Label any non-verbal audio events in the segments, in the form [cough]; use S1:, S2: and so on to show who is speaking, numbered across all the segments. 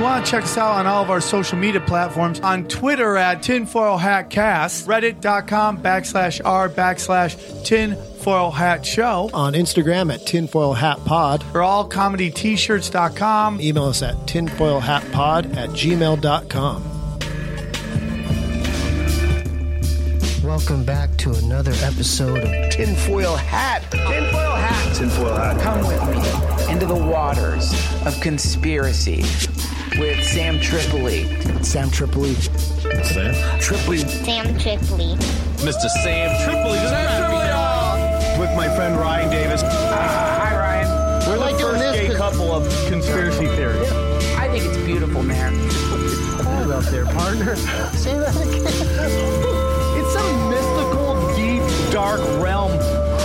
S1: want to check us out on all of our social media platforms on Twitter at tinfoilhatcast, reddit.com backslash r backslash tinfoilhatshow,
S2: On Instagram at Tinfoil Hat Pod.
S1: or allcomedyt-shirts.com.
S2: Email us at tinfoilhatpod at gmail.com.
S3: Welcome back to another episode of
S4: Tinfoil hat. Tinfoil hat. Tinfoil hat.
S5: Come with me into the waters of conspiracy with Sam Tripoli.
S3: Sam Tripoli.
S4: Triply
S6: Sam Tripoli.
S7: Mr. Sam Tripoli.
S4: with my friend Ryan Davis.
S5: Hi, Ryan.
S3: We're like doing
S4: First gay
S3: this. 'cause-
S4: couple of conspiracy theories.
S5: I think it's beautiful, man.
S3: Hold up there, partner. [laughs] Say that again.
S4: [laughs] It's some mystical, deep, dark realm.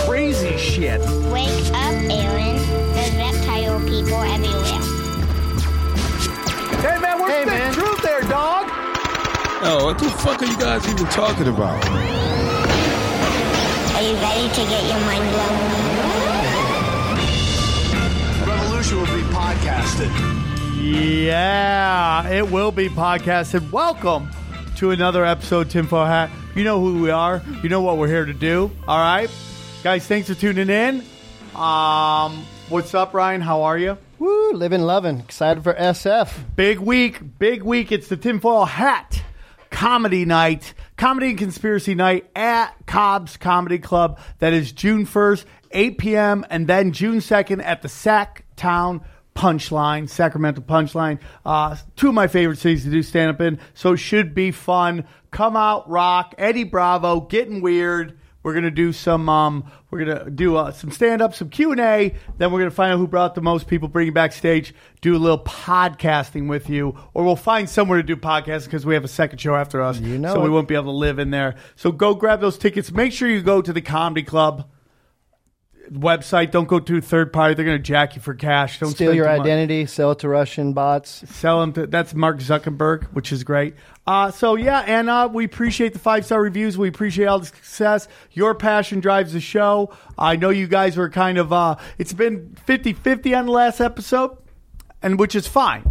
S4: Crazy shit.
S6: Wake up, Aaron. There's reptile people everywhere.
S4: Hey man, what's
S1: Hey,
S4: the
S1: man.
S4: truth there, dog?
S7: Oh, what the fuck are you guys even talking about?
S6: Are you ready to get your mind blown?
S4: Revolution will be podcasted.
S1: Yeah, it will be podcasted. Welcome to another episode, Tinfoil Hat. You know who we are. You know what we're here to do. All right, guys. Thanks for tuning in. Um, what's up, Ryan? How are you?
S2: Woo, living, loving. Excited for SF.
S1: Big week, big week. It's the Tinfoil Hat Comedy Night, Comedy and Conspiracy Night at Cobb's Comedy Club. That is June 1st, 8 p.m., and then June 2nd at the Sac Town Punchline, Sacramento Punchline. Uh, two of my favorite cities to do stand up in, so it should be fun. Come out, rock. Eddie Bravo, getting weird. We're gonna do some. Um, we're gonna do uh, some stand up, some Q and A. Then we're gonna find out who brought the most people. Bring you backstage, do a little podcasting with you, or we'll find somewhere to do podcasting because we have a second show after us, you
S2: know
S1: so we
S2: it.
S1: won't be able to live in there. So go grab those tickets. Make sure you go to the comedy club website. Don't go to a third party. They're gonna jack you for cash. Don't
S2: Steal
S1: spend
S2: your
S1: too much.
S2: identity, sell it to Russian bots.
S1: Sell them. To, that's Mark Zuckerberg, which is great. Uh, so yeah, and uh, we appreciate the five star reviews. We appreciate all the success. Your passion drives the show. I know you guys were kind of. Uh, it's been 50-50 on the last episode, and which is fine.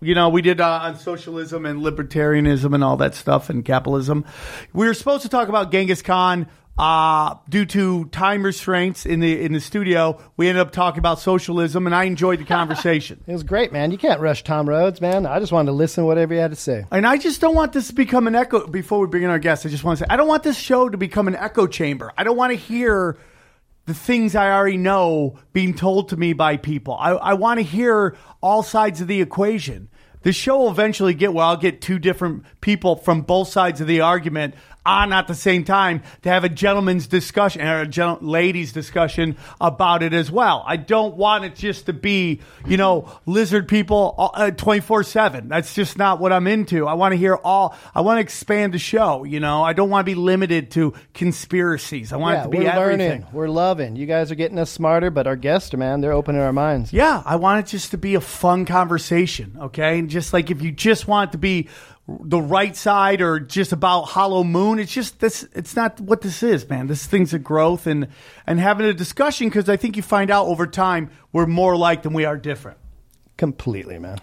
S1: You know, we did uh, on socialism and libertarianism and all that stuff and capitalism. We were supposed to talk about Genghis Khan. Uh, due to time restraints in the in the studio, we ended up talking about socialism, and I enjoyed the conversation.
S2: It was great, man. You can't rush Tom Rhodes, man. I just wanted to listen to whatever you had to say.
S1: And I just don't want this to become an echo. Before we bring in our guests, I just want to say I don't want this show to become an echo chamber. I don't want to hear the things I already know being told to me by people. I, I want to hear all sides of the equation. The show will eventually get where I'll get two different people from both sides of the argument on at the same time to have a gentleman's discussion or a gen- ladies' discussion about it as well. I don't want it just to be, you know, lizard people twenty four seven. That's just not what I'm into. I want to hear all. I want to expand the show. You know, I don't want to be limited to conspiracies. I want it
S2: Yeah,
S1: to be
S2: we're
S1: everything.
S2: learning. We're loving. You guys are getting us smarter, but our guests, are, man, they're opening our minds.
S1: Yeah, I want it just to be a fun conversation, okay? And just like if you just want it to be the right side or just about Hollow Moon, it's just this. It's not what this is, man. This thing's a growth and and having a discussion because I think you find out over time we're more alike than we are different.
S2: Completely, man.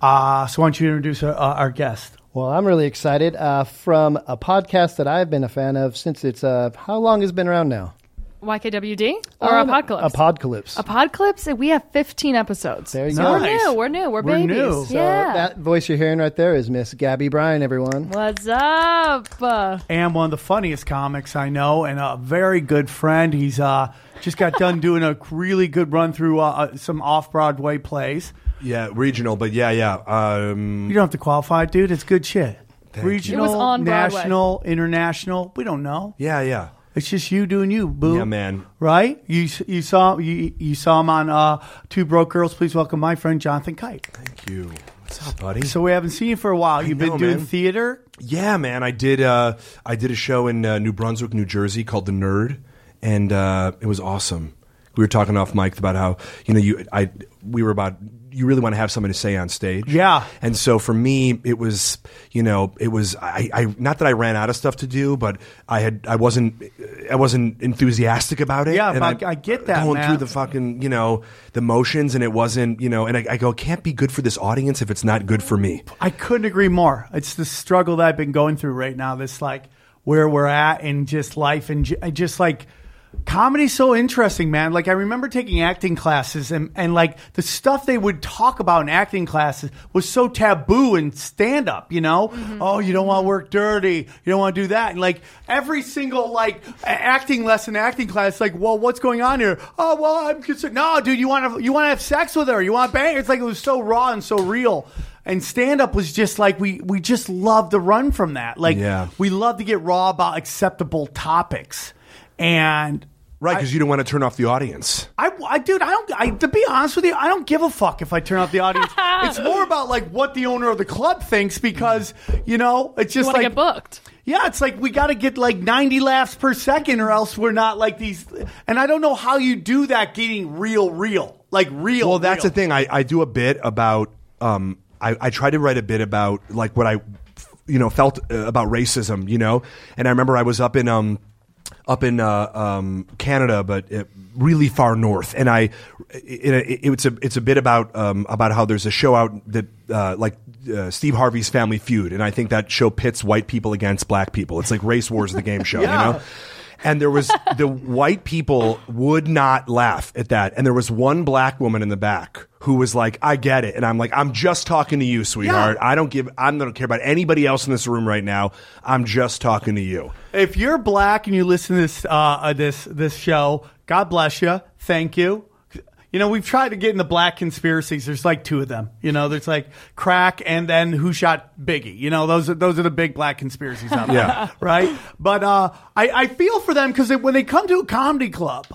S1: Uh, so why don't you introduce our, uh, our guest?
S2: Well, I'm really excited uh, from a podcast that I've been a fan of since it's uh, how long has it been around now?
S8: YKWd or
S2: Um,
S8: Apocalypse?
S2: Apocalypse.
S8: Oh, Apocalypse. We have 15 episodes.
S2: There you
S8: so
S2: go.
S8: We're
S1: Nice.
S8: new. We're new. We're,
S1: We're
S8: babies.
S1: new. So
S2: So
S8: yeah.
S2: that voice you're hearing right there is Miss Gabby Bryan, everyone.
S8: What's up? Uh,
S1: And one of the funniest comics I know, and a very good friend. He's uh, just got done doing a really good run through uh, uh, some off Broadway plays.
S9: Yeah, regional, but yeah, yeah. Um,
S1: You don't have to qualify, dude. It's good shit. Regional,
S8: It was on Broadway.
S1: national, international. We don't know.
S9: yeah, yeah.
S1: It's just you doing you, boo.
S9: Yeah, man.
S1: Right? You s- you saw you you saw him on uh, Two Broke Girls. Please welcome my friend Jonathan Kite.
S9: Thank you. What's up, buddy?
S1: So we haven't seen you for a while. You've been
S9: know,
S1: doing
S9: man.
S1: theater.
S9: yeah, man. I did. Uh, I did a show in uh, New Brunswick, New Jersey, called The Nerd, and uh, it was awesome. We were talking off mic about how you know you. I we were about you really want to have something to say on stage.
S1: Yeah.
S9: And so for me, it was you know it was I, I not that I ran out of stuff to do, but I had I wasn't I wasn't enthusiastic about it.
S1: Yeah,
S9: and
S1: but I get that,
S9: going through
S1: man.
S9: the fucking you know the motions, and it wasn't you know, and I, I go it can't be good for this audience if it's not good for me.
S1: I couldn't agree more. It's the struggle that I've been going through right now. This like where we're at and just life and ju- and just like comedy's so interesting, man. Like I remember taking acting classes and and like the stuff they would talk about in acting classes was so taboo in stand up. You know, oh you don't want to work dirty, you don't want to do that, and like every single like a- acting lesson, acting class, like well what's going on here? Oh well I'm concerned. No, dude, you want to you want to have sex with her, you want to bang. her. It's like it was so raw and so real and stand up was just like we we just love to run from that. Like
S9: Yeah.
S1: we love to get raw about acceptable topics. And
S9: Right, because you don't want to turn off the audience.
S1: I, I dude, I don't I to be honest with you, I don't give a fuck if I turn off the
S8: [laughs]
S1: audience. it's more about like what the owner of the club thinks because, you know, it's
S8: You
S1: just
S8: want to
S1: like
S8: get booked.
S1: yeah, it's like we got to get like 90 laughs per second or else we're not like these and I don't know how you do that getting real real. Like real.
S9: Well, that's
S1: real.
S9: the thing. I, I do a bit about. Um, I, I try to write a bit about like what I, you know, felt uh, about racism. You know, and I remember I was up in um, up in uh, um, Canada, but uh really far north, and I, it, it, it's a it's a bit about um, about how there's a show out that uh, like. Uh, Steve Harvey's Family Feud, and I think that show pits white people against black people. It's like race wars, the game
S1: [laughs]
S9: show, you know and there was the white people would not laugh at that and there was one black woman in the back who was like i get it and i'm like i'm just talking to you sweetheart i don't give i don't care about anybody else in this room right now i'm just talking to you
S1: if you're black and you listen to this uh, uh, this this show, God bless you. Thank you. You know, we've tried to get into black conspiracies. There's like two of them. You know, there's like crack and then who shot Biggie. You know, those are those are the big black conspiracies out there,
S9: Yeah.
S1: [laughs] right? But uh, I I feel for them because when they come to a comedy club.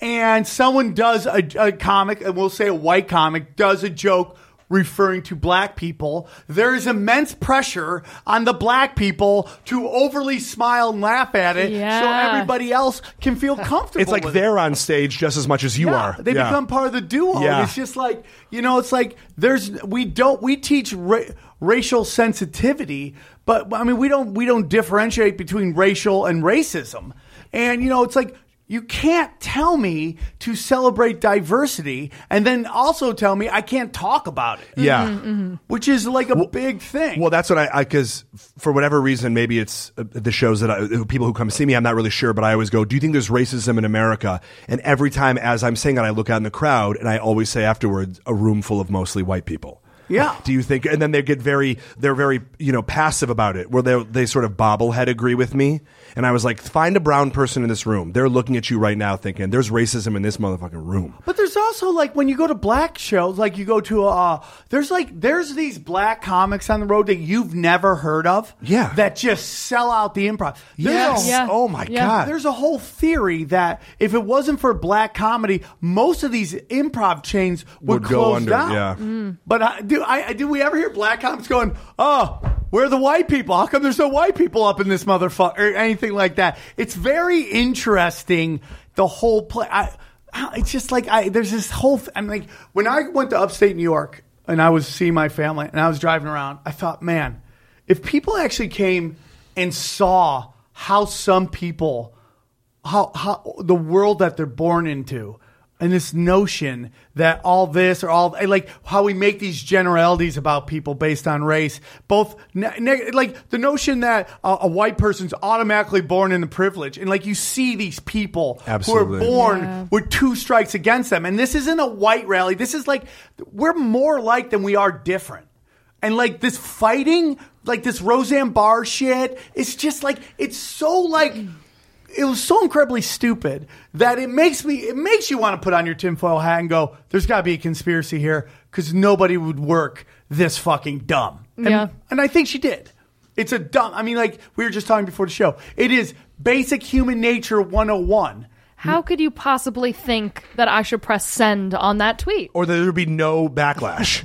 S1: And someone does a, a comic, and we'll say a white comic does a joke referring to black people, there is immense pressure on the black people to overly smile and laugh at it
S8: Yeah.
S1: so everybody else can feel comfortable.
S9: it's like
S1: with
S9: they're on stage just as much as you
S1: yeah,
S9: are
S1: They
S9: Yeah.
S1: become part of the duo.
S9: Yeah.
S1: It's just like you know, it's like there's we don't we teach ra- racial sensitivity, but I mean we don't we don't differentiate between racial and racism, and you know it's like. You can't tell me to celebrate diversity and then also tell me I can't talk about it,
S9: yeah
S1: which is like a big thing.
S9: Well, that's what I because for whatever reason, maybe it's uh, the shows that I, uh, people who come see me. I'm not really sure, but I always go, "Do you think there's racism in America?" And every time, as I'm saying that, I look out in the crowd, and I always say afterwards, "A room full of mostly white people."
S1: Yeah.
S9: Do you think? And then they get very, they're very, you know, passive about it, where they they sort of bobblehead agree with me. And I was like, find a brown person in this room. They're looking at you right now, thinking there's racism in this motherfucking room.
S1: But there's also like when you go to black shows, like you go to uh, there's like there's these black comics on the road that you've never heard of,
S9: Yeah.
S1: that just sell out the improv. There's
S9: Yes.
S1: a-
S8: Yeah.
S9: Oh my
S8: Yeah.
S9: god.
S1: there's a whole theory that if it wasn't for black comedy, most of these improv chains would,
S9: Would go
S1: close
S9: under,
S1: down. Mm.
S9: yeah.
S1: But I, do I do we ever hear black comics going, "Oh, where are the white people? How come there's no white people up in this motherfucker?" or anything like that? It's very interesting. The whole play. I, I- it's just like I there's this whole. th- I'm like when I went to upstate New York and I was seeing my family and I was driving around. I thought, man, if people actually came and saw how some people how how the world that they're born into and this notion that all this or all like how we make these generalities about people based on race both ne- neg- like the notion that a, a white person's automatically born into privilege and like you see these people
S9: Absolutely.
S1: who are born
S8: Yeah.
S1: with two strikes against them and this isn't a white rally this is like we're more alike than we are different and like this fighting like this roseanne barr shit it's just like it's so like it was so incredibly stupid that it makes me it makes you want to put on your tinfoil hat and go there's got to be a conspiracy here because nobody would work this fucking dumb And-
S8: Yeah.
S1: and i think she did it's a dumb i mean like we were just talking before the show it is basic human nature 101
S8: How could you possibly think that I should press send on that tweet?
S9: or there would be no backlash.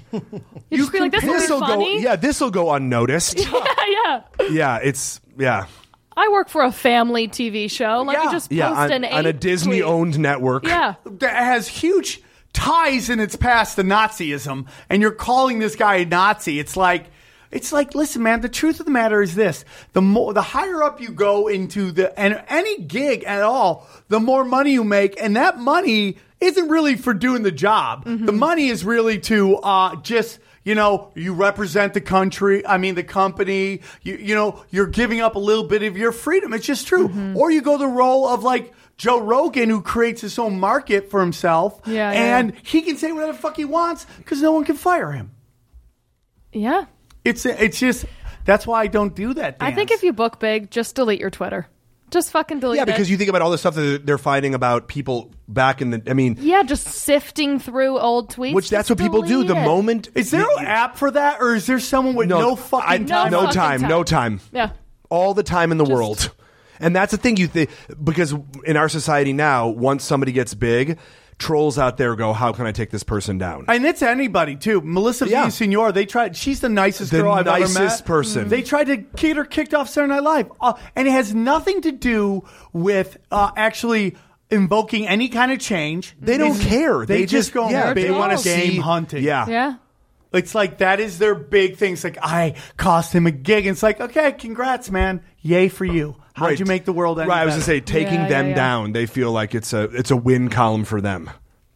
S8: You just be like, this will be
S9: This'll go,
S8: funny.
S9: yeah, this will go unnoticed.
S8: [laughs] yeah.
S9: yeah, it's yeah,
S8: I work for a family TV show. Let
S1: Yeah.
S8: me just post
S9: yeah, on,
S8: an
S9: on a
S8: eight
S9: Disney
S8: tweet.
S9: owned network.
S8: Yeah.
S1: that has huge ties in its past to Nazism, and you're calling this guy a Nazi. It's like, it's like, listen, man. The truth of the matter is this: the more, the higher up you go into the and any gig at all, the more money you make, and that money isn't really for doing the job. The money is really to uh, just. You know, you represent the country. I mean, the company. You, you know, you're giving up a little bit of your freedom. It's just true. Or you go the role of like Joe Rogan, who creates his own market for himself.
S8: Yeah, yeah.
S1: and he can say whatever the fuck he wants because no one can fire him.
S8: Yeah.
S1: It's it's just that's why I don't do that.
S8: I think if you book big, just delete your Twitter. Just fucking delete
S9: Yeah,
S8: it.
S9: because you think about all the stuff that they're finding about people back in the. I mean,
S8: Yeah, just sifting through old tweets.
S9: which that's
S8: Just
S9: what people do.
S8: delete
S9: The
S8: it.
S9: moment
S1: is there
S9: you-
S1: an app for that, or is there someone with no, fucking
S9: I-
S1: time?
S9: no
S8: fucking
S9: time,
S8: time.
S9: no time.
S8: Yeah.
S9: all the time in the world, and that's the thing you think because in our society now, once somebody gets big, trolls out there go, "How can I take this person down?"
S1: And it's anybody too. Melissa
S9: Yeah.
S1: Villasenor, they tried. She's the nicest
S9: The
S1: girl I've ever
S9: nicest
S1: met.
S9: person.
S1: They tried to get her kicked off Saturday Night Live, Uh, and it has nothing to do with uh, actually invoking any kind of change.
S9: they don't care.
S1: They, just, go.
S9: yeah, they
S8: big
S9: want
S8: wanna
S9: to
S8: trolls.
S1: game
S9: see
S1: hunting.
S9: Yeah,
S8: Yeah.
S1: It's like that is their big thing. It's like I cost him a gig. It's like okay, congrats, man. Yay for you. How'd
S9: Right.
S1: you make the world? Any
S9: Right, I was gonna
S1: better?
S9: say taking
S8: Yeah,
S9: them
S8: yeah, yeah.
S9: down. They feel like it's a it's a win column for them.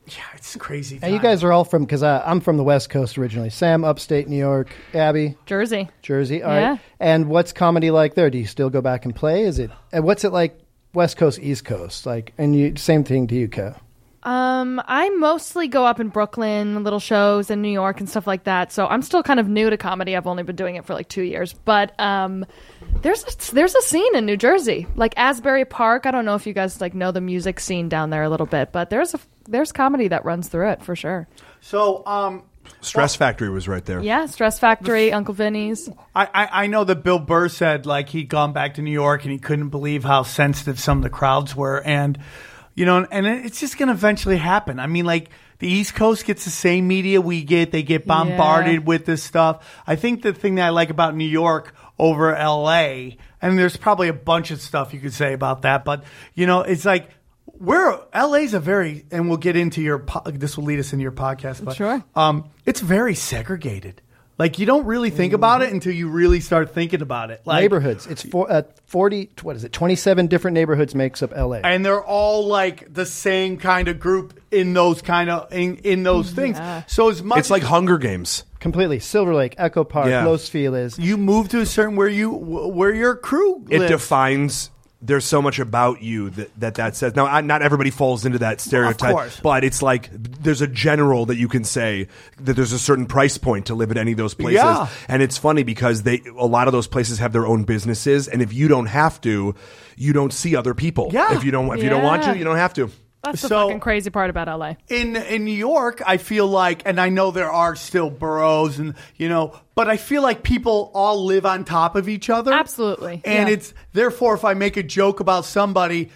S1: Yeah, it's crazy.
S2: And you guys are all from because I'm from the West Coast originally. Sam, upstate New York. Abby,
S8: Jersey.
S2: Jersey. All right.
S8: Yeah.
S2: And what's comedy like there? Do you still go back and play? Is it? And what's it like? West Coast, East Coast, like, and you same thing to you, Co.
S8: Um, I mostly go up in Brooklyn, little shows in New York and stuff like that. So I'm still kind of new to comedy. I've only been doing it for like two years, but um, there's a, there's a scene in New Jersey, like Asbury Park. I don't know if you guys like know the music scene down there a little bit, but there's a there's comedy that runs through it for sure.
S1: So, um,
S9: Stress Factory was right there.
S8: Yeah, Stress Factory, Uncle Vinny's.
S1: I, I I know that Bill Burr said like he'd gone back to New York and he couldn't believe how sensitive some of the crowds were, and you know, and it- it's just going to eventually happen. I mean, like the East Coast gets the same media we get; they get bombarded
S8: Yeah.
S1: with this stuff. I think the thing that I like about New York over L.A. and there's probably a bunch of stuff you could say about that, but you know, it's like. We're LA's a very, and we'll get into your. Po- this will lead us into your podcast, but
S8: Sure.
S1: um, it's very segregated. Like you don't really think about
S8: Mm-hmm.
S1: it until you really start thinking about it. Like,
S2: neighborhoods. It's for, uh, forty. What is it? Twenty-seven different neighborhoods makes up L.A.
S1: and they're all like the same kind of group in those kind of in, in those
S8: Mm-hmm.
S1: things. So as much
S9: It's like Hunger Games.
S2: Completely. Silver Lake, Echo Park,
S9: Yeah.
S2: Los Feliz.
S1: you move to a certain where you where your crew
S9: It
S1: lives.
S9: defines. There's so much about you that that, that says. Now, I, not everybody falls into that stereotype,
S1: course.
S9: but it's like there's a general that you can say that there's a certain price point to live at any of those places.
S1: Yeah.
S9: And it's funny because they a lot of those places have their own businesses, and if you don't have to, you don't see other people.
S1: Yeah.
S9: If you don't, if you don't want
S8: Yeah.
S9: to, you don't have to.
S8: That's the
S1: So-
S8: fucking crazy part about LA.
S1: in in New York, I feel like, and I know there are still boroughs, and you know, but I feel like people all live on top of each other.
S8: Absolutely,
S1: and
S8: yeah.
S1: it's therefore if I make a joke about somebody.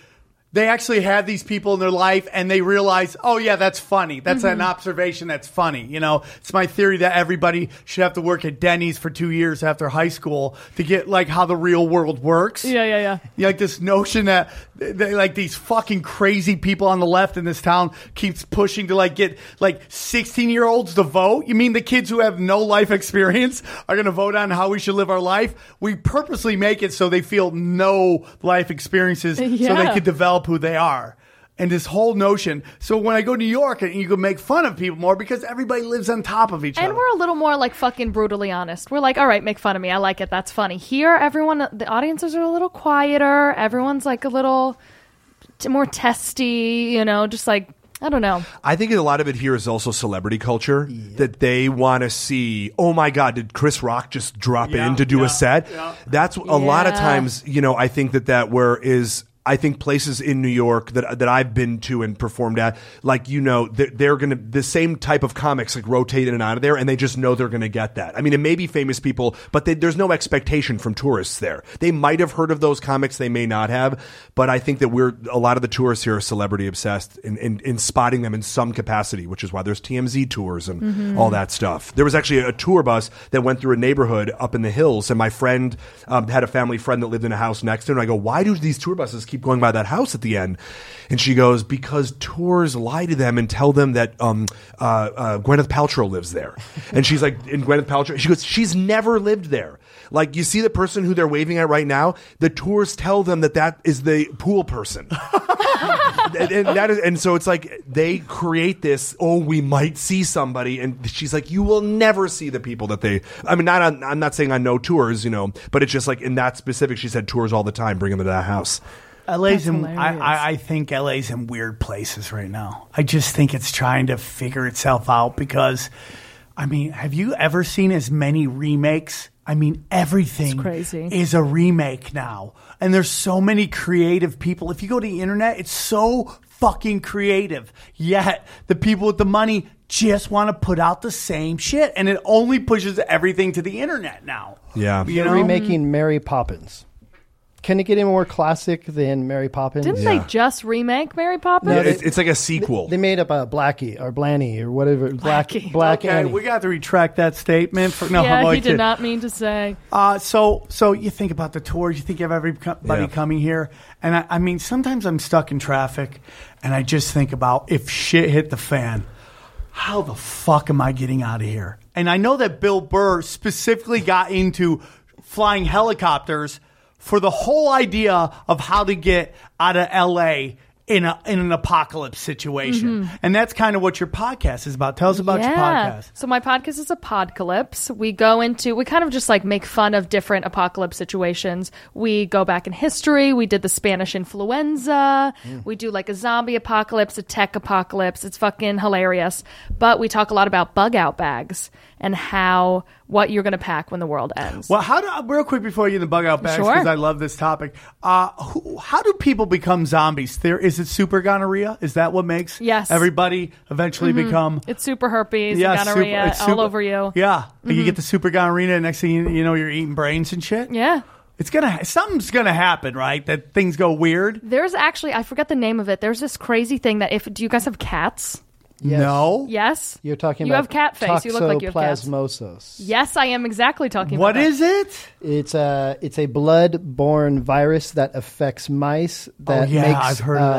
S1: They actually have these people in their life and they realize, oh, yeah, that's funny. That's an observation that's funny. You know, it's my theory that everybody should have to work at Denny's for two years after high school to get like how the real world works.
S8: Yeah, yeah, yeah.
S1: You know, like this notion that they, like these fucking crazy people on the left in this town keeps pushing to like get like 16 year olds to vote. You mean the kids who have no life experience are going to vote on how we should live our life? We purposely make it so they feel no life
S8: [laughs]
S1: experiences so they
S8: Yeah.
S1: can develop who they are. And this whole notion. So when I go to New York, and you can make fun of people more because everybody lives on top of each other.
S8: And we're a little more like fucking brutally honest. We're like, all right, make fun of me. I like it. That's funny. Here, everyone, the audiences are a little quieter. Everyone's like a little t- more testy, you know, just like, I don't know.
S9: I think a lot of it here is also celebrity culture that they want to see. Oh my God, did Chris Rock just drop
S1: Yeah,
S9: in to do
S1: yeah,
S9: a set?
S1: yeah.
S9: That's a lot of
S8: Yeah.
S9: times. You know, I think that that where is. I think places in New York that that I've been to and performed at, like you know, they're, they're gonna the same type of comics like rotate in and out of there, and they just know they're gonna get that. I mean, it may be famous people, but they, there's no expectation from tourists there. They might have heard of those comics, they may not have, but I think that we're a lot of the tourists here are celebrity obsessed in, in, in spotting them in some capacity, which is why there's TMZ tours and all that stuff. There was actually a tour bus that went through a neighborhood up in the hills, and my friend um, had a family friend that lived in a house next to it. And I go, why do these tour buses keep going by that house at the end. And she goes, because tours lie to them and tell them that um, uh, uh, Gwyneth Paltrow lives there. [laughs] And she's like, and Gwyneth Paltrow, she goes, she's never lived there. Like you see the person who they're waving at right now, the tours tell them that that is the pool person. and, and that is, and so it's like they create this. Oh, we might see somebody, and she's like, "You will never see the people that they." I mean, not on, I'm not saying on no tours, you know, but it's just like in that specific, she said tours all the time. Bring them to that house.
S10: LA's
S8: That's
S10: in, I,
S8: hilarious.
S10: I, I think LA's in weird places right now. I just think it's trying to figure itself out because, I mean, have you ever seen as many remakes? I mean, everything
S8: crazy.
S10: is a remake now. And there's so many creative people. If you go to the internet, it's so fucking creative. Yet the people with the money just want to put out the same shit. And it only pushes everything to the internet now.
S9: Yeah.
S10: You know?
S2: Remaking Mary Poppins. Can it get any more classic than Mary Poppins?
S8: Didn't they just remake Mary Poppins?
S2: No, they-
S9: It's, it's like a sequel.
S2: They made up a Blackie or Blanny or whatever. Black,
S8: Blackie.
S2: Black
S10: Okay,
S2: Annie.
S10: we got to retract that statement. For, no, [laughs] I'm
S8: yeah,
S10: only
S8: he did
S10: kidding.
S8: not mean to say.
S10: Uh, so, so you think about the tours, you think of everybody
S9: Yeah.
S10: coming here, and I, I mean, sometimes I'm stuck in traffic, and I just think about if shit hit the fan, how the fuck am I getting out of here? And I know that Bill Burr specifically got into flying helicopters for the whole idea of how to get out of L.A. in a in an apocalypse situation, and that's kind of what your podcast is about. Tell us about your podcast.
S8: So my podcast is Apocalypse. We go into we kind of just like make fun of different apocalypse situations. We go back in history. We did the Spanish influenza. We do like a zombie apocalypse, a tech apocalypse. It's fucking hilarious. But we talk a lot about bug out bags and how what you're going to pack when the world ends.
S10: Well, how do real quick before you get the bug out bags
S8: Sure.
S10: because I love this topic. Uh, who, how do people become zombies? There is it super gonorrhea? Is that what makes
S8: Yes. Mm-hmm.
S10: everybody eventually become?
S8: It's super herpes,
S10: Yeah,
S8: and gonorrhea
S10: super- it's
S8: all
S10: super-
S8: over you. Mm-hmm.
S10: Yeah, Like, you get the super gonorrhea. And next thing you, you know, you're eating brains and shit.
S8: Yeah.
S10: it's gonna something's gonna happen, right? That things go weird.
S8: There's actually I forget the name of it. There's this crazy thing that if do you guys have cats?
S2: Yes.
S10: No,
S8: Yes.
S2: You're talking
S8: you
S2: about
S8: have cat face. You look like you have cats.
S2: toxoplasmosis.
S8: Yes, I am exactly talking
S10: what
S8: about
S10: is it?
S2: It's a it's a blood-borne virus that affects mice.
S8: Oh,
S2: That
S10: yeah,
S2: makes, uh,
S10: I've heard of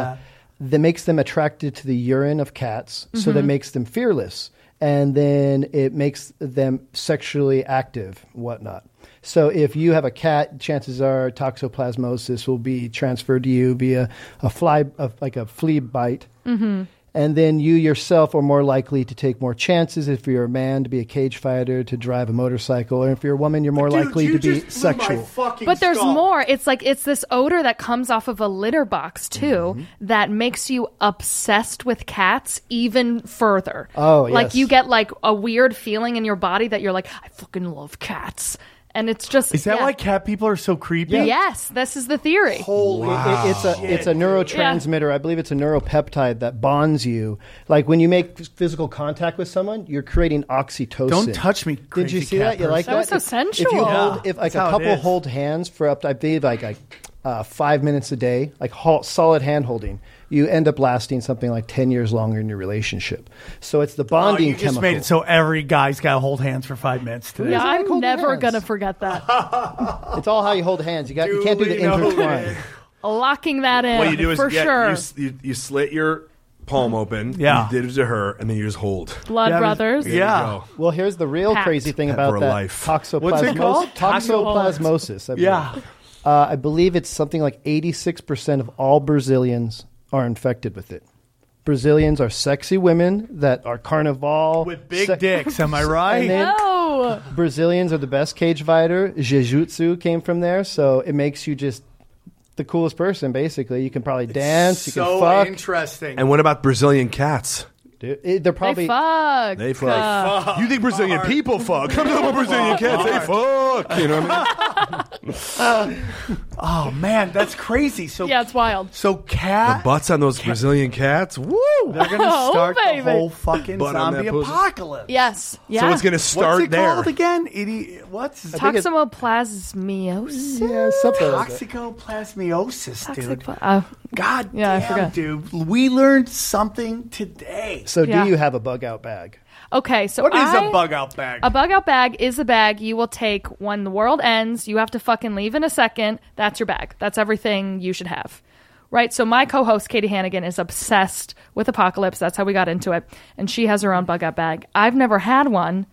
S10: that.
S2: That makes them attracted to the urine of cats, so
S8: Mm-hmm.
S2: that makes them fearless, and then it makes them sexually active, whatnot. So if you have a cat, chances are toxoplasmosis will be transferred to you via a fly, a, like a flea bite. Mm-hmm. And then you yourself are more likely to take more chances if you're a man to be a cage fighter, to drive a motorcycle, and if you're a woman, you're more likely to be sexual.
S8: But there's more. It's like it's this odor that comes off of a litter box too
S10: Mm-hmm.
S8: that makes you obsessed with cats even further.
S2: Oh,
S8: Like
S2: yes.
S8: you get like a weird feeling in your body that you're like, I fucking love cats. And it's just
S10: Is that
S8: yeah.
S10: why cat people are so creepy?
S8: Yes, this is the theory.
S2: It- it- it's a it's a neurotransmitter. I believe it's a neuropeptide that bonds you. Like when you make phys- physical contact with someone, you're creating oxytocin.
S10: Don't touch me,
S2: Did
S10: crazy
S2: you see
S10: cat
S2: that? You like
S8: person.
S2: that?
S8: That was so
S2: If- If you
S8: sensual.
S2: hold,
S10: Yeah,
S2: if like
S10: that's how
S2: a
S10: it
S2: couple
S10: is.
S2: hold hands for up, to, I believe like like uh, five minutes a day, like hol- solid hand holding, you end up lasting something like ten years longer in your relationship. So it's the
S10: Oh,
S2: bonding
S10: you just
S2: chemical.
S10: made it so every guy's got to hold hands for five minutes today.
S8: Yeah,
S2: Isn't that
S8: I'm
S2: cold
S8: never
S2: hands?
S8: gonna forget that.
S2: it's all how you hold hands. You got you can't do the
S10: Duly noted.
S2: intertwine.
S8: Locking that in
S9: what you do is
S8: for
S9: yeah,
S8: sure.
S9: you, s- you, you slit your palm open.
S10: Yeah.
S9: You did it to her, and then you just hold.
S8: Blood
S10: Yeah,
S8: Brothers.
S9: There you
S10: Yeah.
S9: go.
S2: Well, here's the real
S8: Packed.
S2: crazy thing
S9: Pet
S2: about
S9: for
S2: that
S9: life.
S2: toxoplasmosis.
S10: What's it called?
S2: Toxoplasmosis. I believe.
S10: Yeah.
S2: Uh, I believe it's something like 86% of all Brazilians are infected with it. Brazilians are sexy women that are carnival
S10: with big
S2: se-
S10: dicks. Am
S2: [laughs]
S10: I right?
S2: And then
S8: Oh,
S2: Brazilians are the best cage fighter. Jiu-jitsu came from there, so it makes you just the coolest person. Basically, you can probably dance, you can fuck.
S10: interesting.
S9: And what about Brazilian cats?
S2: Dude, it- they're
S8: they
S2: probably
S8: fuck.
S9: They fuck. you think Brazilian people fuck? Come to about Brazilian cats. They fuck. You know what I mean?
S10: oh man, that's crazy. So
S8: Yeah, it's wild.
S10: so cat.
S9: Butts on those Brazilian cats. Woo!
S10: they're gonna
S8: [laughs] Oh,
S10: start
S8: baby.
S10: the whole fucking
S9: Butt on
S10: zombie
S9: that pussy.
S10: apocalypse.
S8: Yes. Yeah.
S9: So it's gonna
S10: What's
S9: start
S10: it
S9: there.
S10: called again? Idi- what's
S2: think it-
S8: Toxoplasmosis.
S2: yeah, something like that.
S10: toxicoplasmosis,
S8: Toxic.
S10: dude?
S8: pla- oh.
S10: God
S8: Yeah, I
S10: damn,
S8: forgot.
S10: dude. We learned something today.
S2: So,
S8: Yeah.
S2: do you have a bug out bag?
S8: Okay, so
S10: What is
S8: I-
S10: a bug out bag?
S8: A bug out bag is a bag you will take when the world ends. You have to fucking leave in a second. That's your bag. That's everything you should have. right? So my co-host Katie Hannigan is obsessed with apocalypse. That's how we got into it, and she has her own bug out bag. I've never had one,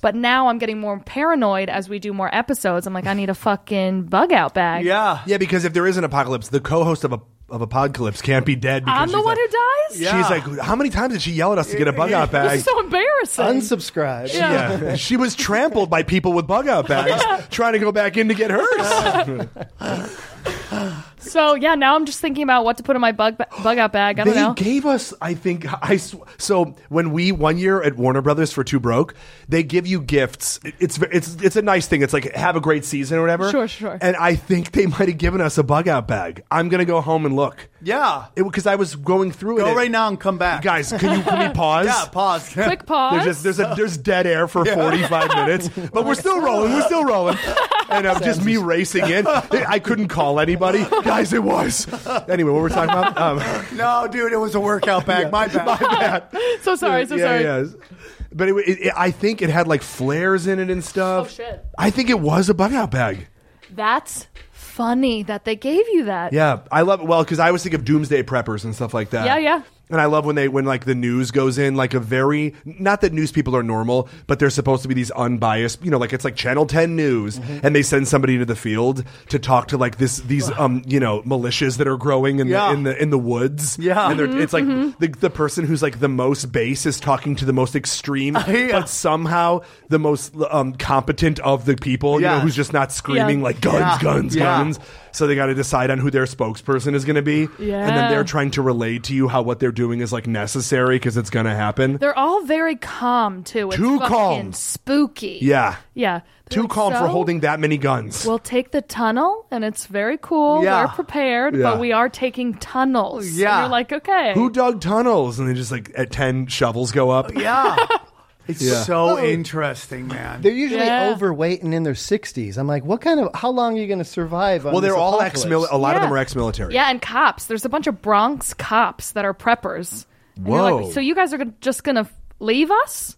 S8: but now I'm getting more paranoid as we do more episodes. I'm like, I need a fucking bug out bag.
S10: Yeah.
S9: Yeah, because if there is an apocalypse, the co-host of a of apocalypse can't be dead. Because
S8: I'm the
S9: she's
S8: one
S9: like-
S8: who dies.
S10: Yeah.
S9: She's like, how many times did she yell at us to get a bug
S10: [laughs]
S9: out bag?
S8: This is so embarrassing.
S2: Unsubscribe.
S8: Yeah.
S9: yeah, she was trampled by people with bug
S10: [laughs]
S9: out bags trying to go back in to get hers.
S8: So yeah, now I'm just thinking about what to put in my bug ba- bug out bag. I don't
S9: they
S8: know.
S9: gave us, I think, [laughs] I sw- so when we one year at Warner Brothers for Two Broke, they give you gifts. It- It's ve- it's it's a nice thing. It's like have a great season or whatever.
S8: Sure, sure.
S9: And I think they [laughs] might have given us a bug out bag. I'm gonna go home and look.
S10: Yeah.
S9: because I was going through it.
S10: Go
S9: and-
S10: right now and come back.
S9: guys. Can
S10: [laughs]
S9: you can we pause?
S10: Yeah, pause.
S2: [laughs]
S8: Quick pause.
S9: There's just there's a there's dead air for 45
S10: [laughs]
S9: minutes, but we're still rolling. We're still rolling. And um, just me racing in. I couldn't call anybody,
S10: [laughs]
S9: guys. It was anyway. What we're talking about? Um, [laughs]
S10: no, dude, it was a workout bag. My bad.
S8: so sorry. So
S9: yeah,
S8: sorry.
S9: yeah. But it, it, it- I think it had like flares in it and stuff.
S8: Oh, shit.
S9: I think it was a bug out bag.
S8: That's funny that they gave you that.
S9: Yeah, I love well because I always think of doomsday preppers and stuff like that.
S8: Yeah, yeah.
S9: And I love when they when like the news goes in like a very not that news people are normal, but they're supposed to be these unbiased. You know, like it's like Channel Ten News,
S10: Mm-hmm.
S9: and they send somebody into the field to talk to like this
S10: [sighs]
S9: these um you know militias that are growing in
S10: Yeah.
S9: the in the in the woods.
S10: Yeah. Mm-hmm.
S9: and they're, it's like the the person who's like the most base is talking to the most
S10: [laughs]
S9: extreme,
S10: Yeah.
S9: but somehow the most um competent of the people. You
S10: Yeah.
S9: know, who's just not screaming
S8: Yeah.
S9: like guns,
S10: Yeah.
S9: guns,
S10: Yeah.
S9: guns. So they got to decide on who their spokesperson is going to be, and
S8: Yeah.
S9: then they're trying to relay to you how what they're doing is like necessary because it's going to happen.
S8: They're all very calm too. It's
S9: Too
S8: fucking
S9: calm.
S8: Spooky.
S9: yeah,
S8: Yeah. They're
S9: too
S8: like,
S9: calm for
S8: "So,
S9: holding that many guns.
S8: We'll take the tunnel, and it's very cool.
S10: Yeah.
S8: We're prepared,
S9: Yeah.
S8: but we are taking tunnels. And
S10: Yeah.
S8: you're like, okay.
S9: who dug tunnels? And they just like at ten shovels go up.
S10: Yeah. It's
S9: Yeah.
S10: so interesting, man.
S2: They're usually
S8: Yeah.
S2: overweight and in their 60s. I'm like, what kind of, how long are you going to survive? On
S9: Well, they're
S2: this
S9: all oh,
S2: apocalypse?
S9: ex. A lot of
S8: Yeah.
S9: them are ex-military.
S8: Yeah, and cops. There's a bunch of Bronx cops that are preppers. And you're
S9: Whoa.
S8: Like, so you guys are gonna, just going to leave us?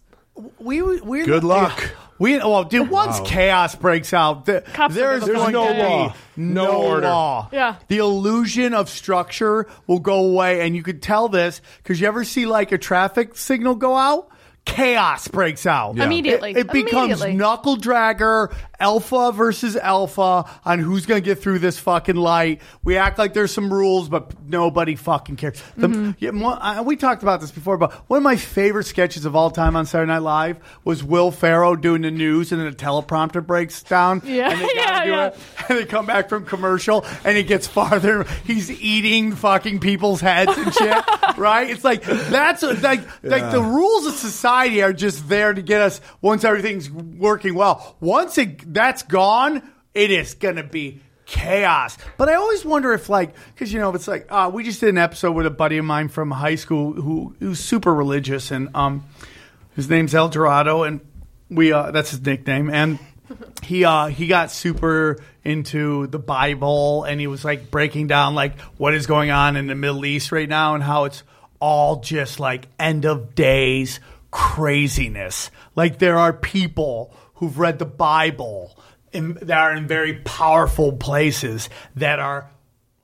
S10: we we
S9: Good luck.
S10: We well, dude. Once chaos breaks out, th-
S8: Cops are
S10: there's
S8: gonna
S9: There's
S10: going
S9: no
S10: to be
S9: law. No order.
S10: law.
S8: Yeah.
S10: the illusion of structure will go away, and you could tell this because you ever see like a traffic signal go out. Chaos breaks out
S9: Yeah.
S8: Immediately.
S10: It, it becomes
S8: Immediately.
S10: knuckle dragger, alpha versus alpha on who's going to get through this fucking light. We act like there's some rules, but nobody fucking cares. The,
S8: Mm-hmm.
S10: yeah, mo- I- we talked about this before, but one of my favorite sketches of all time on Saturday Night Live was Will Farrow doing the news, and then a teleprompter breaks down.
S8: Yeah, [laughs]
S10: and they gotta
S8: yeah,
S10: do
S8: yeah.
S10: it, [laughs] and they come back from commercial, and it gets farther. He's eating fucking people's heads and shit. right? It's like that's like like the rules of society are just there to get us once everything's working well. Once it that's gone, it is gonna be chaos. But I always wonder if like because you know it's like uh, we just did an episode with a buddy of mine from high school who who's super religious and um his name's El Dorado and we uh that's his nickname and he uh he got super into the Bible and he was like breaking down like what is going on in the Middle East right now and how it's all just like end of days craziness. Like there are people who've read the Bible in, that are in very powerful places that are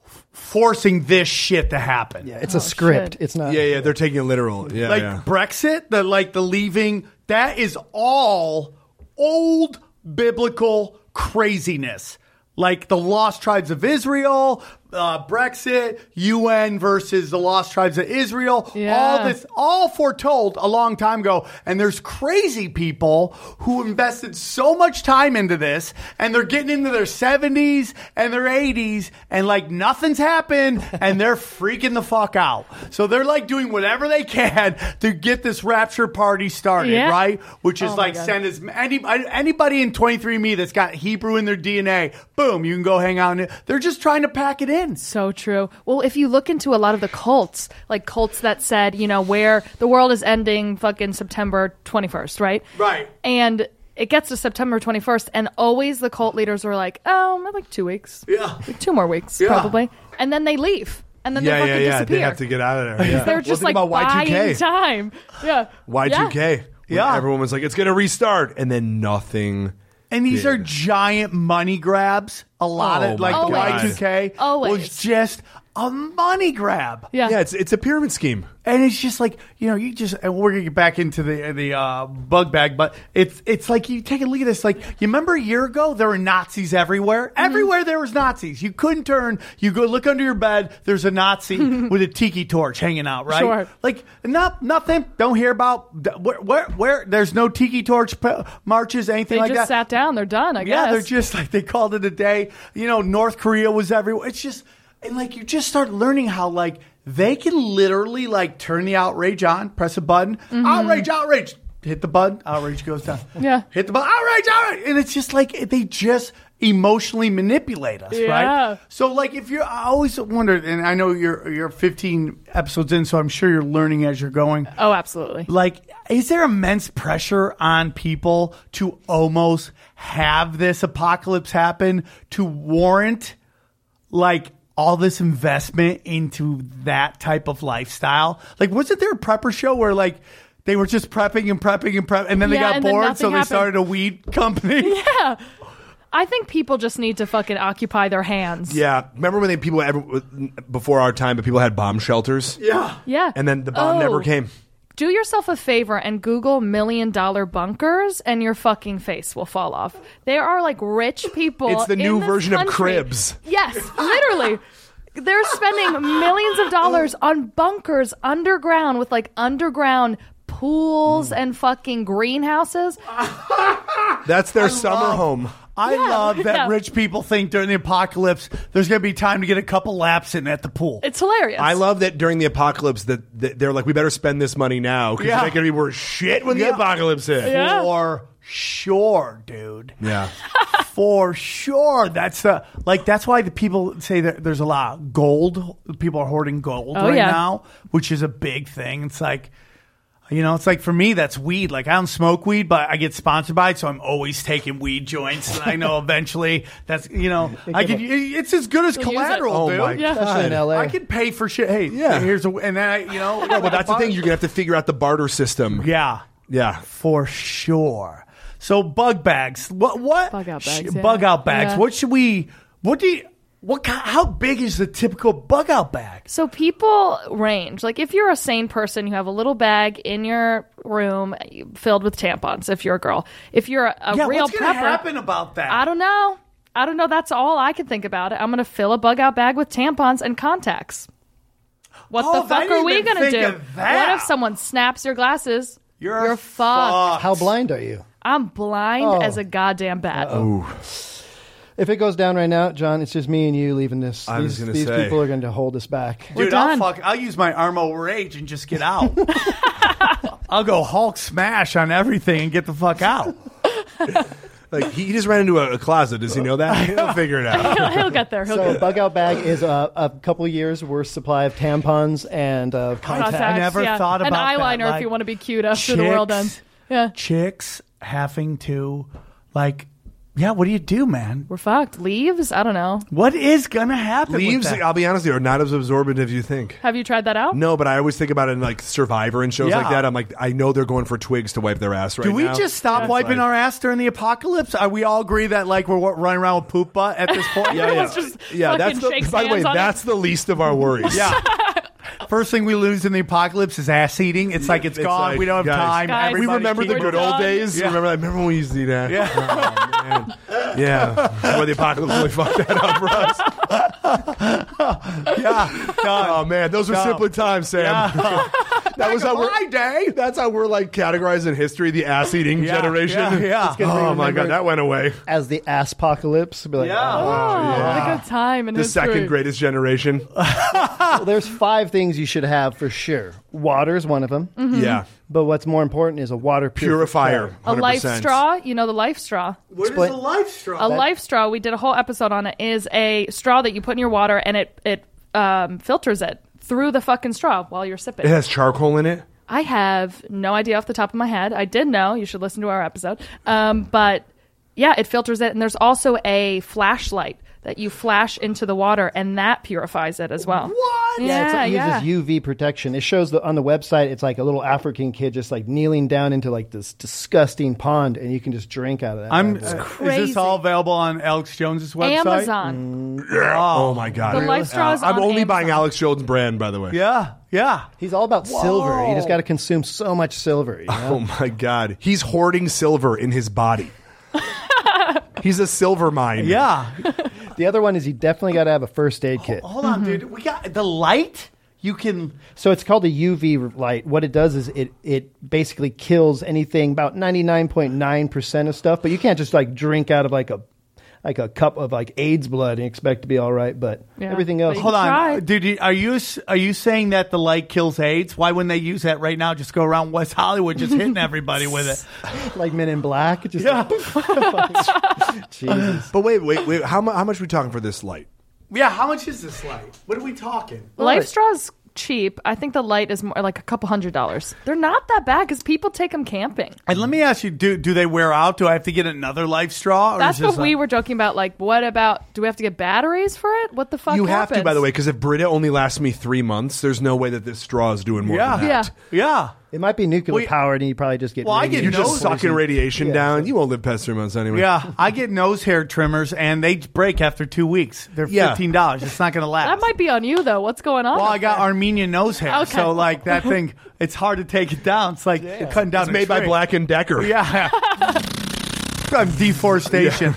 S10: f- forcing this shit to happen.
S2: It's a script.
S8: Oh, shit.
S2: It's not.
S9: yeah, yeah. They're taking it literal. Yeah,
S10: like
S9: yeah.
S10: Brexit, the like the leaving, that is all old biblical craziness. Like the lost tribes of Israel, uh, Brexit, UN versus the lost tribes of Israel. All
S8: Yeah.
S10: this, all foretold a long time ago. And there's crazy people who invested so much time into this and they're getting into their 70s and their 80s and like nothing's happened
S8: [laughs]
S10: and they're freaking the fuck out. So they're like doing whatever they can to get this rapture party started,
S8: Yeah.
S10: right? Which is
S8: Oh my
S10: like
S8: God.
S10: send as any, anybody in 23andMe that's got Hebrew in their DNA, boom, you can go hang out. in it. They're just trying to pack it in.
S8: So true. Well, if you look into a lot of the cults, like cults that said, you know, where the world is ending fucking September 21st, right?
S10: Right.
S8: And it gets to September 21st, and always the cult leaders were like, oh, like two weeks.
S10: Yeah.
S8: Like two more weeks,
S10: Yeah.
S8: probably. And then they leave. And then
S9: yeah,
S8: they
S9: yeah,
S8: fucking
S9: yeah.
S8: disappear.
S9: They have to get out
S8: [laughs]
S9: of there. Yeah.
S8: They're just
S9: well, think
S8: like
S9: about Y2K.
S8: buying time. Yeah.
S9: Y2K.
S8: Yeah.
S9: when
S10: Yeah.
S9: Everyone was like, it's going to restart. And then nothing.
S10: And these
S9: Yeah.
S10: are giant money grabs. A lot
S9: Oh
S10: of
S9: my
S10: like
S8: God.
S10: Y2K
S8: Always.
S10: was just a money grab.
S8: Yeah.
S9: Yeah, it's it's a pyramid scheme.
S10: And it's just like you know, you just and we're gonna get back into the the uh, bug bag, but it's it's like you take a look at this. Like you remember a year ago, there were Nazis everywhere.
S8: Mm-hmm.
S10: Everywhere there was Nazis. You couldn't turn. You go look under your bed. There's a
S8: [laughs]
S10: Nazi with a tiki torch hanging out. Right.
S8: Sure.
S10: Like not nothing. Don't hear about where where, where there's no tiki torch p- marches anything
S8: They
S10: like
S8: just
S10: that.
S8: sat down. They're done. I guess.
S10: Yeah, they're just like they called it a day. You know, North Korea was everywhere. It's just and like you just start learning how like they can literally like turn the outrage on, press a button, outrage, outrage, hit the button, outrage goes down.
S8: Mm-hmm. Yeah.
S10: hit the button, outrage, outrage, and it's just like they just emotionally manipulate us,
S8: Yeah.
S10: right? So like if you're, I always wondered, and I know you're you're 15 episodes in, so I'm sure you're learning as you're going
S8: oh, absolutely.
S10: like is there immense pressure on people to almost have this apocalypse happen to warrant like all this investment into that type of lifestyle like wasn't there a prepper show where like they were just prepping and prepping and prepping and then they
S8: Yeah,
S10: got
S8: and then
S10: bored
S8: nothing
S10: so they
S8: happened.
S10: started a weed
S8: [laughs]
S10: company
S8: I think people just need to fucking occupy their hands.
S9: Yeah, remember when they people ever, before our time, but people had bomb shelters.
S10: yeah
S8: Yeah.
S9: and then the bomb never
S8: Oh.
S9: came.
S8: Do yourself a favor and Google million dollar bunkers, and your fucking face will fall off. There are like rich people.
S9: It's the
S8: in
S9: new
S8: this
S9: version of
S8: country-
S9: Cribs.
S8: Yes, literally. They're spending millions of dollars on bunkers underground with like underground pools
S9: Mm.
S8: and fucking greenhouses.
S9: That's their summer home.
S10: I love that
S8: yeah.
S10: rich people think during the apocalypse there's going to be time to get a couple laps in at the pool.
S8: It's hilarious.
S9: I love that during the apocalypse that, that they're like, we better spend this money now because
S10: Yeah.
S9: it's going to be worth shit when
S10: Yeah.
S9: the apocalypse hits.
S8: Yeah.
S10: For sure, dude.
S9: Yeah.
S10: [laughs] for sure. That's the like. That's why the people say that there's a lot of gold. People are hoarding gold
S8: Oh,
S10: right
S8: yeah.
S10: now, which is a big thing. It's like, you know, it's like for me, that's weed. Like I don't smoke weed, but I get sponsored by it, so I'm always taking weed joints. And I
S8: [laughs]
S10: know eventually that's you know I can. It's as good as
S8: use it.
S10: collateral,
S9: Oh
S10: dude.
S9: my
S8: Yeah.
S2: Especially in
S9: God.
S2: LA.
S10: I can pay for shit. Hey,
S9: Yeah.
S10: Here's a and then I, you know.
S9: No, but that's the thing. You're going to have to figure out the barter system.
S10: Yeah.
S9: Yeah.
S10: For sure. So bug bags. What what
S8: Bug out bags,
S10: sh-
S8: yeah.
S10: Bug out bags.
S8: Yeah.
S10: What should we what do you what ki- how big is the typical bug out bag?
S8: So people range. Like if you're a sane person, you have a little bag in your room filled with tampons. If you're a girl, if you're a, a
S10: yeah,
S8: real
S10: what's gonna
S8: prepper,
S10: happen about that?
S8: I don't know. I don't know. That's all I can think about it. I'm gonna fill a bug out bag with tampons and contacts. What
S10: Oh,
S8: the
S10: I
S8: fuck
S10: didn't
S8: are we
S10: even
S8: gonna
S10: think
S8: do?
S10: of that.
S8: What if someone snaps your glasses?
S10: You're,
S8: fucked.
S2: How blind are you?
S8: I'm blind
S2: Oh.
S8: as a goddamn bat.
S2: If it goes down right now, John, it's just me and you leaving this.
S9: I was
S2: these
S9: gonna
S2: these
S9: say.
S2: people are going to hold us back.
S10: Dude, I'll
S8: done.
S10: fuck I'll use my arm over age and just get
S8: [laughs]
S10: out. I'll go Hulk smash on everything and get the fuck
S8: [laughs]
S10: out.
S9: Like, he he just ran into a, a closet. Does he
S10: [laughs]
S9: know that? He'll figure it out.
S8: [laughs] He'll, he'll get there. He'll
S2: So,
S8: get
S2: bug out bag is a, a couple years worth supply of tampons and uh,
S8: there.
S2: contacts.
S8: Contacts,
S10: never
S8: yeah.
S10: thought
S8: An
S10: about that,
S8: eyeliner if
S10: like,
S8: you want to be cute after the world
S10: chicks-
S8: ends. Yeah.
S10: Chicks having to like yeah, what do you do, man?
S8: We're fucked. Leaves? I don't know.
S10: What is gonna happen? with
S9: Leaves,
S10: that?
S9: I'll be honest with you, are not as absorbent as you think.
S8: Have you tried that out?
S9: No, but I always think about it in like Survivor and shows
S10: Yeah.
S9: like that. I'm like, I know they're going for twigs to wipe their ass right
S10: Do we
S9: now.
S10: just stop
S9: It's
S10: wiping
S9: like-
S10: our ass during the apocalypse? Are we all agree that like we're wa- running around with poop butt at this point?
S9: Yeah, [laughs] yeah.
S8: Everyone's just
S9: yeah that's
S8: fucking
S9: the,
S8: shakes
S9: by the way,
S8: hands on it.
S9: that's the least of our
S10: [laughs]
S9: worries.
S10: Yeah. First thing we lose in the apocalypse is ass eating. It's like it's
S9: It's
S10: gone.
S9: [laughs] like,
S10: we don't have
S9: guys,
S10: time.
S8: guys,
S9: We
S10: Everybody's
S9: remember the
S10: keeping-
S9: good
S8: We're
S9: old
S8: done.
S9: days.
S10: Yeah.
S9: Remember, I remember when we used to do that. Yeah, yeah. Before the apocalypse really fucked that up for us.
S10: Yeah.
S9: Oh man, those were
S10: No.
S9: simpler times, Sam. [laughs] that was how we're,
S10: my day.
S9: That's how we're like categorizing history, the ass eating
S10: Yeah,
S9: generation.
S10: yeah, yeah. It's
S2: gonna be
S9: Oh my
S2: remembered.
S9: god, that went away.
S2: As the ass apocalypse. Be like,
S10: Yeah.
S2: oh.
S8: Oh, what a good time. In
S9: The
S8: history.
S9: second greatest generation.
S2: Well, there's five things you should have for sure. Water is one of them.
S8: Mm.
S9: Yeah,
S2: But what's more important is a water purifier.
S9: purifier.
S8: A life
S9: 100%.
S8: straw, you know the life straw.
S10: Where's
S2: Explain-
S10: the life straw?
S8: A life straw, we did a whole episode on it, is a straw that you put in your water and it it um, filters it through the fucking straw while you're sipping.
S9: It has charcoal in it.
S8: I have no idea off the top of my head. I did know. You should listen to our episode. Um, but yeah, it filters it. And there's also a flashlight that you flash into the water and that purifies it as well.
S10: What? What?
S8: Yeah,
S2: it's-
S8: yeah.
S2: it uses UV protection. It shows the, on the website. It's like a little African kid just like kneeling down into like this disgusting pond, and you can just drink out of that.
S10: I'm.
S2: bad boy.
S10: uh, Is this
S8: crazy.
S10: all available on Alex Jones's website?
S8: Amazon.
S9: Oh, my god!
S8: The life straw is
S9: I'm
S8: on
S9: only
S8: Amazon.
S9: buying Alex Jones brand, by the way.
S10: Yeah, yeah.
S2: He's all about silver. You just got to consume so much silver. You know?
S10: [laughs]
S9: Oh my god, he's hoarding silver in his body. he's a silver mine.
S10: Yeah.
S2: The other one is you definitely got to have a first aid kit.
S10: Hold on, dude. We got the light. You can.
S2: So it's called a UV light. What it does is it it basically kills anything about ninety nine point nine percent of stuff. But you can't just like drink out of like a like a cup of like AIDS blood and expect to be all right. But
S8: Yeah.
S2: everything else,
S8: But
S10: Hold on,
S8: Try.
S10: dude. you- Are you s- are you saying that the light kills AIDS? Why wouldn't they use that right now? Just go around West Hollywood, just
S8: [laughs]
S10: hitting everybody with it.
S2: like Men in Black, it just
S10: Yeah.
S2: [laughs] Jesus.
S9: But wait, wait, wait. How, mu- how much are we talking for this light?
S10: Yeah. How much is this light? What are we talking?
S8: Life straw's cheap. I think the light is more like a couple hundred dollars. They're not that bad because people take them camping.
S10: And let me ask you: Do do they wear out? Do I have to get another life straw? Or
S8: That's
S10: is this
S8: what we
S10: a-
S8: were joking about. Like, what about? Do we have to get batteries for it? What the fuck?
S9: you have
S8: happens?
S9: to, by the way, because if Brita only lasts me three months, there's no way that this straw is doing more
S10: Yeah.
S9: than that.
S10: Yeah.
S2: It might be nuclear
S10: Well,
S2: powered, and you probably just get.
S10: well, I
S2: radiation
S10: get
S9: You're just
S10: Nose
S2: poisoning.
S9: sucking radiation
S2: Yeah.
S9: down. You won't live past three months anyway.
S10: Yeah, I get nose hair trimmers and they break after two weeks. They're
S9: Yeah.
S10: fifteen dollars. It's not going to last.
S8: That might be on you though. What's going on?
S10: well, I
S8: up
S10: got
S8: there?
S10: Armenian nose hair,
S8: Okay.
S10: so like that thing, it's hard to take it down. It's like cutting down.
S9: It's
S10: a
S9: made by
S10: tree.
S9: Black and Decker.
S8: [laughs]
S10: Yeah, from deforestation.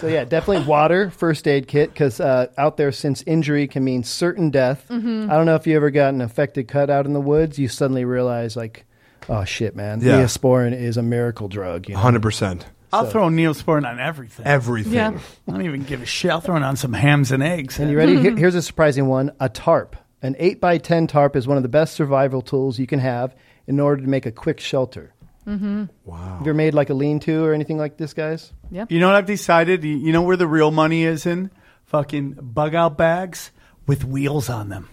S2: So yeah, definitely water first aid kit because uh, out there, since injury can mean certain death. I don't know if you ever got an affected cut out in the woods. You suddenly realize like, oh shit, man,
S9: Yeah.
S2: Neosporin is a miracle drug. You
S10: Uh-huh.
S2: know?
S9: hundred percent.
S10: I'll throw Neosporin on everything.
S9: Everything.
S8: Yeah.
S10: I don't even give a shit. I'll throw it on some hams and eggs.
S2: You ready? Here- Here's a surprising one: a tarp. An eight by ten tarp is one of the best survival tools you can have in order to make a quick shelter. Mm-hmm. Wow. Have you ever made like a lean-to or anything like this, guys?
S10: You know what I've decided? You- You know where the real money is in? Fucking bug out bags with wheels on them.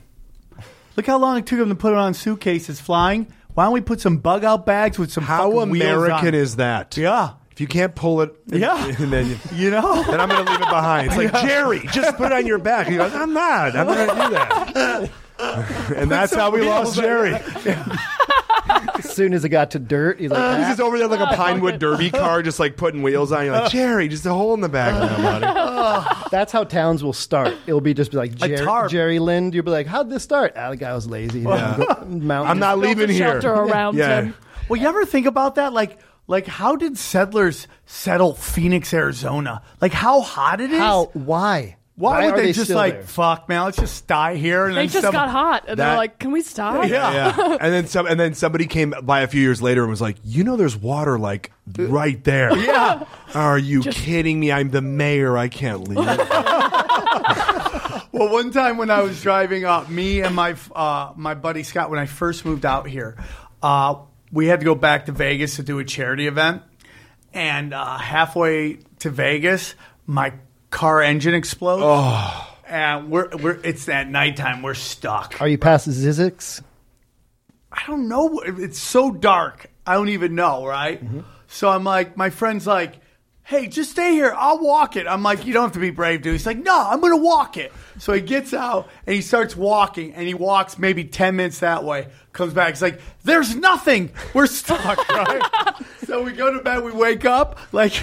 S10: Look how long it took them to put it on suitcases flying. Why don't we put some bug out bags with some
S9: How
S10: fucking wheels on
S9: American
S10: it?
S9: is that?
S10: Yeah.
S9: If you can't pull it,
S10: Yeah.
S9: and [laughs] then you,
S10: You know?
S9: then I'm going to leave it behind. It's like [laughs] Jerry, just put it on your back. He goes, I'm not. I'm not going to do that. [laughs] and that's how we lost Jerry.
S2: As soon as it got to dirt, he's like,
S9: He's
S10: Uh,
S2: "Ah."
S9: just over there like a Pinewood Derby car, just like putting wheels on. You're like, Jerry, just a hole in the [laughs] back. Now, buddy.
S2: That's how towns will start. It'll be just be like
S10: A
S2: Jer-
S10: tarp.
S2: Jerry Lind. You'll be like, "How'd this start?" Ah, the guy was lazy. He didn't go-
S9: I'm not
S8: Built a
S9: leaving here.
S8: shelter around
S9: yeah.
S8: him.
S10: Well, you ever think about that? Like, like how did settlers settle Phoenix, Arizona? Like how hot it is?
S2: How? Why?
S10: Why,
S2: are
S10: would they, just
S2: still
S10: like
S2: there?
S10: fuck, man? Let's just die here. And
S8: They
S10: then
S8: just
S10: some-
S8: got hot, and
S9: That-
S8: they're like, "Can
S9: [laughs]
S8: we stop?"
S10: Yeah.
S9: Yeah. And then some and then somebody came by a few years later and was like, "You know there's water like right there."
S10: Yeah.
S9: Are you kidding me? I'm the mayor. I can't leave.
S10: Well, one time when I was driving up, me and my uh, my buddy Scott, when I first moved out here, uh, we had to go back to Vegas to do a charity event, and uh, halfway to Vegas, my car engine explodes, and we're we're it's that nighttime. We're stuck.
S2: Are you past Zizix?
S10: I don't know. It's so dark. I don't even know, right? So I'm like, my friend's like, hey, just stay here. I'll walk it. I'm like, you don't have to be brave, dude. He's like, no, I'm going to walk it. So he gets out and he starts walking and he walks maybe 10 minutes that way, comes back. He's like, there's nothing. We're stuck, [laughs] right? so we go to bed. We wake up like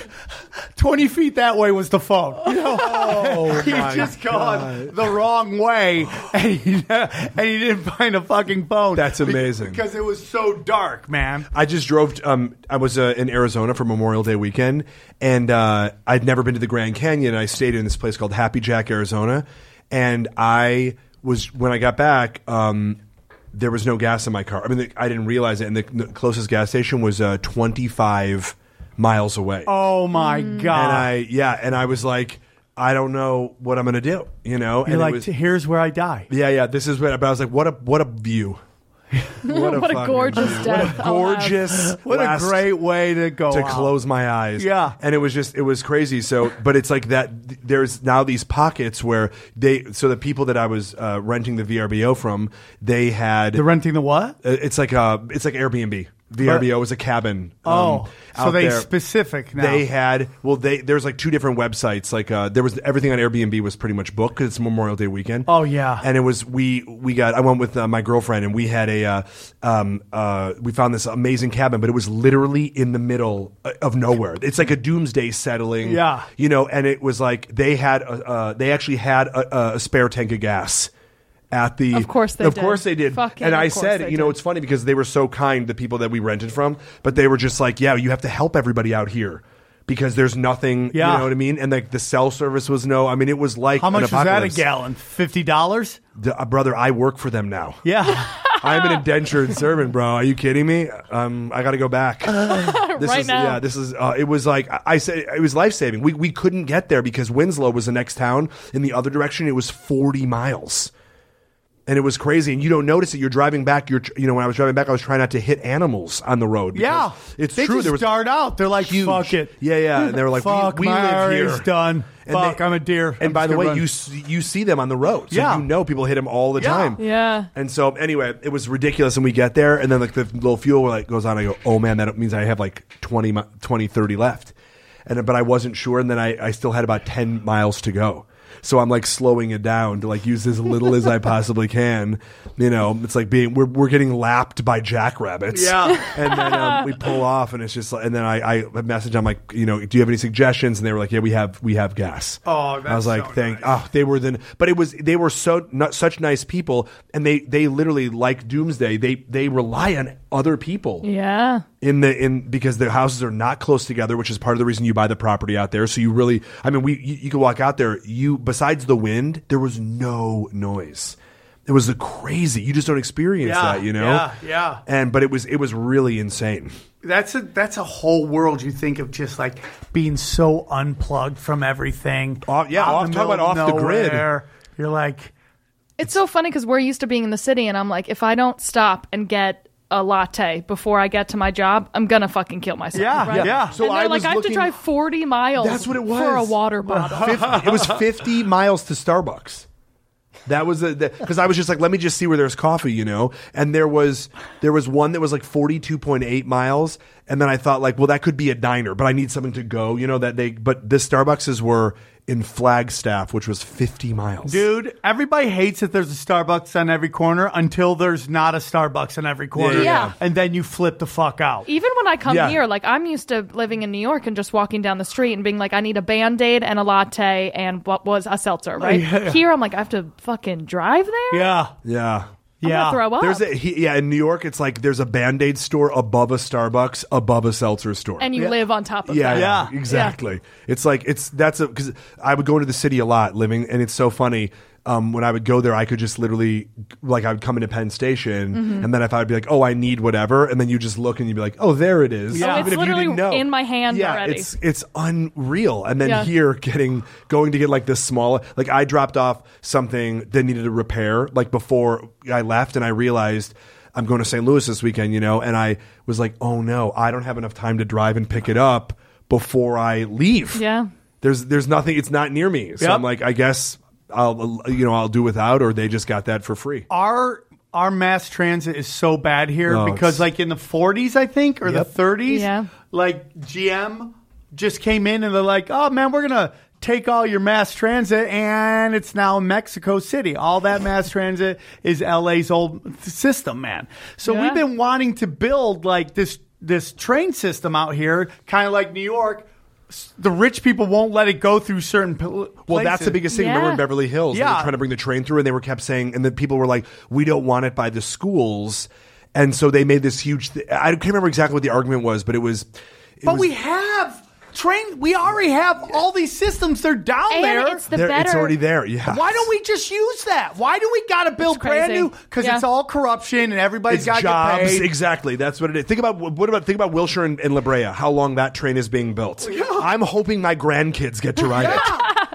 S10: 20 feet that way was the phone. [laughs] You know? He's
S9: my
S10: just gone the wrong
S9: [laughs]
S10: way and he, and he didn't find a fucking phone.
S9: That's
S10: Be-
S9: amazing.
S10: Because it was so dark, man.
S9: I just drove. Um, I was uh, in Arizona for Memorial Day weekend, and uh, I'd never been to the Grand Canyon. I stayed in this place called Happy Jack, Arizona, and I was when I got back. Um, there was no gas in my car. I mean, the, I didn't realize it, and the, the closest gas station was uh, 25 miles away.
S10: Oh my god!
S9: and I yeah, and I was like, I don't know what I'm gonna do. You know,
S10: You're
S9: and it
S10: like,
S9: was-
S10: here's where I die.
S9: yeah, yeah. This is what. But I was like, what a what a view. What
S8: [laughs] What a
S9: fucking
S8: gorgeous
S9: [laughs] view.
S8: death
S9: What a
S8: I'll have.
S9: gorgeous.
S10: What
S9: last-
S10: a great way to go
S9: to
S10: out.
S9: close my eyes.
S10: Yeah.
S9: and it was just it was crazy. So, but it's like that. th- There's now these pockets where they. So the people that I was uh, renting the VRBO from, they had
S10: The renting the what?
S9: uh, It's like uh, it's like Airbnb. The RBO is a cabin. um,
S10: Oh, so
S9: out
S10: they
S9: there.
S10: specific now.
S9: They had well, they there's like two different websites. Like uh, there was everything on Airbnb was pretty much booked because it's Memorial Day weekend.
S10: Oh, yeah.
S9: and it was we we got I went with uh, my girlfriend and we had a uh, um uh we found this amazing cabin, but it was literally in the middle uh, of nowhere. It's like a doomsday settling.
S10: Yeah.
S9: you know, and it was like they had a, uh, they actually had a, a spare tank of gas. At the
S8: Of course they
S9: of
S8: did.
S9: course they did,
S8: Fucking
S9: and I
S8: of course
S9: said,
S8: they
S9: you know,
S8: did.
S9: it's funny because they were so kind, the people that we rented from, but they were just like, yeah, you have to help everybody out here because there's nothing,
S10: Yeah.
S9: you know what I mean? And like the cell service was no, I mean, it was like
S10: How
S9: an
S10: much is that a
S9: apocalypse.
S10: gallon? Fifty dollars?
S9: D- uh, brother, I work for them now.
S10: Yeah.
S9: [laughs] I'm an indentured servant, bro. Are you kidding me? Um, I got to go back.
S10: [laughs]
S9: this
S8: Right
S9: is,
S8: now.
S9: Yeah, this is. Uh, it was like I- I said, it was life saving. We we couldn't get there because Winslow was the next town. In the other direction, it was 40 miles, and it was crazy. And you don't notice it. You're driving back. You're tr- you know when I was driving back, I was trying not to hit animals on the road.
S10: yeah.
S9: because It's
S10: they
S9: true.
S10: Just
S9: there was
S10: start out. They're like,
S9: huge.
S10: fuck it.
S9: Yeah, yeah. And they were like, we-
S10: Fuck,
S9: we,
S10: my
S9: live
S10: area
S9: here.
S10: is done. Fuck, I'm a deer.
S9: And
S10: I'm
S9: by
S10: just
S9: the
S10: gonna
S9: way,
S10: run.
S9: you s- you see them on the road, so
S10: Yeah.
S9: you know people hit them all the
S10: Yeah.
S9: time.
S8: Yeah.
S9: And so anyway, it was ridiculous. And we get there, and then like the little fuel like goes on. I go, oh man, that means I have like 20, mi- 20 30 left. And but I wasn't sure, and then I, I still had about ten miles to go. So I'm like slowing it down to like use as
S10: [laughs]
S9: little as I possibly can. You know, it's like being we're we're getting lapped by jackrabbits.
S10: Yeah.
S9: [laughs] And then um, we pull off, and it's just like, and then I I message. I'm like, you know, do you have any suggestions? And they were like, yeah, we have we have gas.
S10: Oh,
S9: I
S10: that's
S9: was like,
S10: so
S9: thank.
S10: nice.
S9: Oh, they were then, but it was they were so not, such nice people, and they they literally like Doomsday. They they rely on other people
S8: Yeah.
S9: in the in because their houses are not close together, which is part of the reason you buy the property out there. So you really, I mean, we you, you could walk out there. You besides the wind, there was no noise. It was crazy. You just don't experience
S10: Yeah,
S9: that, you know.
S10: yeah, yeah.
S9: And but it was it was really insane.
S10: that's a that's a whole world you think of just like being so unplugged from everything.
S9: Off- yeah,
S10: Out
S9: off-
S10: in the
S9: talk about
S10: middle of
S9: off the grid.
S10: nowhere. You're like,
S8: It's so funny because we're used to being in the city, and I'm like, if I don't stop and get a latte before I get to my job, I'm gonna fucking kill myself.
S10: Yeah,
S8: right?
S10: yeah.
S8: And
S9: So
S8: they're
S9: I
S8: like,
S9: was
S8: I have to
S9: looking-
S8: drive 40 miles.
S9: That's what it
S8: for a
S9: was.
S8: water bottle.
S10: [laughs]
S9: 50, it was 50 miles to Starbucks. That was the because I was just like, let me just see where there's coffee, you know. And there was there was one that was like 42.8 miles, and then I thought like, well, that could be a diner, but I need something to go, you know. That they but the Starbuckses were in Flagstaff, which was 50 miles.
S10: dude, everybody hates that there's a Starbucks on every corner until there's not a Starbucks on every corner.
S9: yeah,
S8: Yeah. yeah.
S10: And then you flip the fuck out.
S8: Even when I come
S9: Yeah.
S8: here, like I'm used to living in New York and just walking down the street and being like, I need a band aid and a latte and what was a seltzer, right? Here, I'm like, I have to fucking drive there.
S10: Yeah.
S9: Oh, yeah.
S8: I'm
S10: Yeah.
S8: gonna throw up.
S9: There's a he, yeah in New York, it's like there's a Band Aid store above a Starbucks, above a seltzer store,
S8: and you live on top of
S9: yeah,
S8: that.
S9: yeah,
S10: Yeah.
S9: exactly. It's like it's that's a because I would go into the city a lot living, and it's so funny. Um, when I would go there, I could just literally like I would come into Penn Station,
S8: Mm-hmm.
S9: and then if I would be like, "Oh, I need whatever," and then you just look and you'd be like, "Oh, there it is."
S10: Yeah. Oh,
S8: it's literally in my hand
S9: yeah,
S8: already.
S9: It's it's unreal. And then
S8: Yeah.
S9: here, getting going to get like this small. Like I dropped off something that needed a repair. Like before I left, and I realized. I'm going to St. Louis this weekend, you know, and I was like, "Oh no, I don't have enough time to drive and pick it up before I leave."
S8: Yeah.
S9: there's there's nothing; it's not near me, so
S10: Yep.
S9: I'm like, I guess I'll you know I'll do without, or they just got that for free.
S10: our our mass transit is so bad here
S9: Oh,
S10: because
S9: it's-
S10: like in the 40s I think or
S9: Yep.
S10: the 30s
S8: Yeah.
S10: like GM just came in and they're like oh man we're going to take all your mass transit and it's now Mexico City all that mass transit is LA's old system man so
S8: Yeah.
S10: we've been wanting to build like this this train system out here kind of like New York S- the rich people won't let it go through certain pl-
S9: Well, that's the
S10: places.
S9: biggest thing. Remember
S8: Yeah.
S9: in Beverly Hills, they were
S10: Yeah.
S9: trying to bring the train through, and they were kept saying, and then people were like, "We don't want it by the schools," and so they made this huge. Th- I can't remember exactly what the argument was, but it was. it
S10: But
S9: was-
S10: we have train. We already have all these systems. They're down
S8: And
S10: there.
S8: it's the
S9: there-
S8: better.
S9: It's already there. Yeah.
S10: Why don't we just use that? Why do we got to build
S8: It's
S10: brand
S8: crazy.
S10: new? Because
S8: Yeah.
S10: it's all corruption and everybody's
S9: [laughs] It's
S10: got to
S9: jobs
S10: get paid.
S9: exactly. That's what it is. Think about what about think about Wilshire and, and La Brea. How long that train is
S10: [laughs]
S9: being built? I'm hoping my grandkids get to ride it.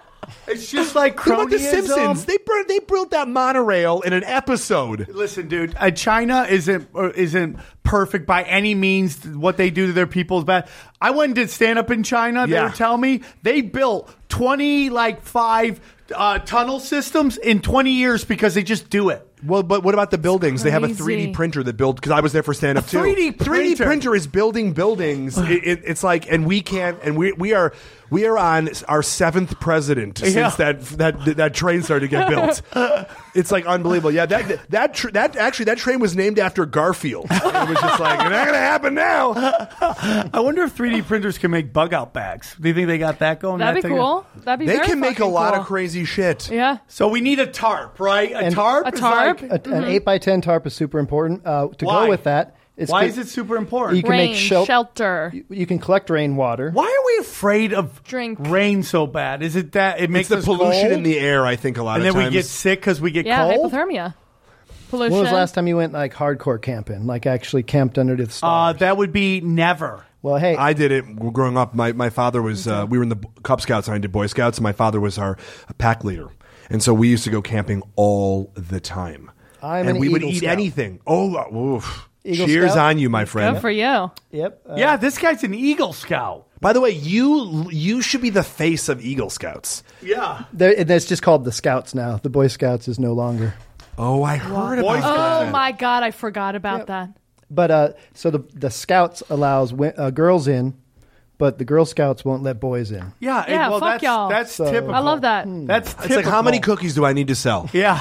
S10: It's just like
S9: Think about the
S10: cronyism.
S9: Simpsons. They bur- they built that monorail in an episode.
S10: Listen, dude. Uh, China isn't uh, isn't perfect by any means. What they do to their people is bad. I went and did stand up in China. They
S9: Yeah.
S10: were telling me they built twenty like five uh, tunnel systems in twenty years because they just do it.
S9: Well, but what about the buildings? They have a 3D
S8: crazy.
S9: printer that build because I was there for stand up too.
S10: 3D
S9: 3D
S10: printer.
S9: printer is
S10: [sighs]
S9: building buildings. it, it, it's like, and we can't, and we we are we are on our seventh president
S10: Yeah.
S9: since that that that train started
S10: [laughs]
S9: to get built. it's like unbelievable. Yeah, that that tr- that actually that train was named
S10: [laughs]
S9: after Garfield. it was just like not gonna happen now.
S10: I wonder if 3D printers can make bug out bags. Do you think they got that going?
S8: That'd
S10: That
S8: be
S10: thing-
S8: cool. That'd be
S9: They
S8: very
S9: can make a
S8: fucking
S9: lot
S8: cool.
S9: of crazy shit.
S8: Yeah.
S10: So we need a tarp, right? A
S2: And-
S10: tarp.
S8: A
S10: is
S8: tarp?
S10: like-
S2: A, An eight by ten tarp is super important. Uh, to
S10: Mm-hmm. Why?
S2: go with that, it's
S10: why
S2: good-
S10: is it super important?
S2: You can
S8: Rain,
S2: make shel-
S8: shelter.
S2: You can collect rainwater.
S10: why are we afraid of
S8: Drink.
S10: rain so bad? Is it that it
S9: It's
S10: makes
S9: the
S10: us
S9: pollution
S10: cold?
S9: in the air. I think a lot
S10: and
S9: of
S10: then
S9: times.
S10: we get sick because we get
S8: Yeah,
S10: cold.
S8: hypothermia. Pollution.
S2: When was the last time you went like hardcore camping, like actually camped under the
S10: Uh,
S2: stars?
S10: that would be never.
S2: well, hey,
S9: I did it growing up. My my father was uh, we were in the Cub Scouts and I did Boy Scouts. And my father was our pack leader, and so we used to go camping all the time.
S2: I'm
S9: and
S2: an
S9: we would
S2: Eagle
S9: eat
S2: Scout.
S9: anything. Oh, uh, oof.
S2: Eagle
S9: cheers
S2: Scout?
S9: on you, my friend.
S8: Good for you.
S2: yep. Uh,
S10: yeah, this guy's an Eagle Scout.
S9: By the way, you you should be the face of Eagle Scouts.
S10: Yeah,
S2: there- and that's just called the Scouts now. The Boy Scouts is no longer.
S9: Oh, I heard
S10: Boy
S9: about
S10: Scout.
S8: Oh my god, I forgot about that.
S2: But uh, so the the Scouts allows wi- uh, girls in, but the Girl Scouts won't let boys in.
S10: yeah, and-
S8: Yeah,
S10: well,
S8: fuck
S10: that's,
S8: y'all.
S10: That's
S2: So-
S10: typical.
S8: I love that.
S10: That's
S9: It's like how many
S10: typical.
S9: cookies do I need to sell?
S10: Yeah,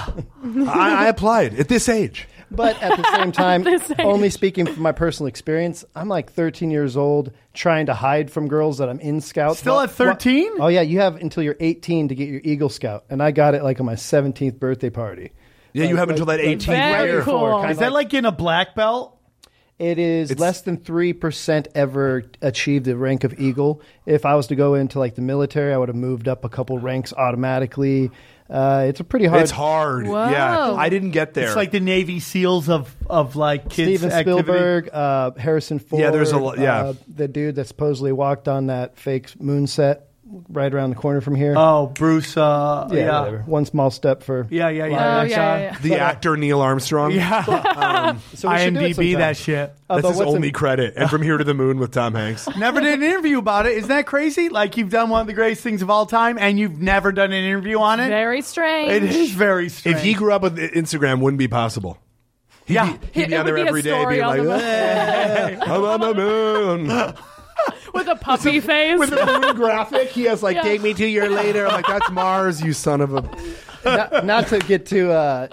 S9: I, I applied at this age.
S2: But at the
S8: [laughs]
S2: same time,
S8: the same-
S2: only speaking from my personal experience, I'm like 13 years old trying to hide from girls that I'm in Scouts.
S10: Still
S2: Well-
S10: at 13?
S2: well- Oh yeah, you have until you're 18 to get your Eagle Scout, and I got it like on my 17th birthday party.
S9: Yeah, you have until that 18th
S8: Very
S9: year.
S8: cool.
S2: Kinda
S10: is that like in a black belt?
S2: It is less than three percent ever achieved the rank of eagle. If I was to go into like the military, I would have moved up a couple ranks automatically. Uh, it's a pretty hard.
S9: It's hard.
S8: Whoa.
S9: Yeah, I didn't get there.
S10: It's like the Navy SEAls of of like kids
S2: Steven
S10: activity.
S2: Spielberg, uh, Harrison Ford.
S9: Yeah, there's a lot- yeah.
S2: uh, the dude that supposedly walked on that fake moon set right around the corner from here.
S10: Oh, Bruce. Uh,
S2: yeah,
S10: yeah,
S2: whatever. One small step for
S10: yeah, yeah, yeah.
S8: Oh yeah,
S10: that's,
S8: yeah,
S10: uh,
S8: yeah.
S9: the actor Neil Armstrong.
S2: So we should do it
S10: IMDb
S2: sometime.
S10: that shit.
S2: Uh,
S9: That's
S2: but
S9: his
S2: what's
S9: only
S2: im-
S9: credit. And from here to the moon with Tom [laughs] Hanks.
S10: Never did an interview about it. Isn't that crazy? Like you've done one of the greatest things of all time, and you've never done an interview on it.
S8: Very strange.
S10: It is very strange.
S9: If he grew up with Instagram, wouldn't be possible. He'd
S10: Yeah.
S9: be,
S8: It-
S9: he'd be
S8: it
S9: on
S8: would
S9: there
S8: be a
S9: every day,
S8: story
S9: being
S8: on
S9: like,
S8: the moon.
S9: "Hey, I'm on the moon. [laughs]
S8: with a puppy face.
S9: With [laughs] the moon graphic, he has like,
S8: Yeah.
S9: "Take me two year later." I'm like, "That's Mars, you son of a."
S2: not, not to get too. Uh,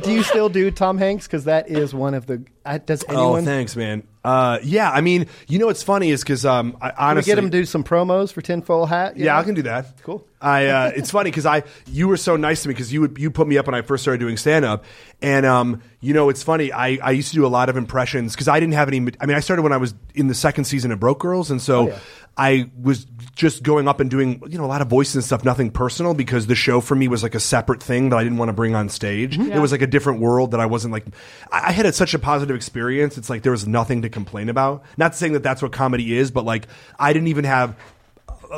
S2: do you still do Tom Hanks? Because that is one of the. I does anyone?
S9: Oh, thanks, man. Uh, yeah, I mean, you know what's funny is because um, I,
S2: Can we
S9: honestly,
S2: get him to do some promos for Tinfoil Hat? you
S9: Yeah,
S2: know?
S9: I can do that.
S2: Cool.
S9: I uh, [laughs] it's funny because I you were so nice to me because you would you put me up when I first started doing stand up, and um, you know it's funny I, I used to do a lot of impressions because I didn't have any. ma- I mean, I started when I was in the second season of Broke Girls, and so.
S2: Oh, yeah.
S9: I was just going up and doing, you know, a lot of voices and stuff, nothing personal, because the show for me was like a separate thing that I didn't want to bring on stage.
S2: Mm-hmm.
S9: It was like a different world that I wasn't like. I I had a, such a positive experience. It's like there was nothing to complain about. Not saying that that's what comedy is, but like I didn't even have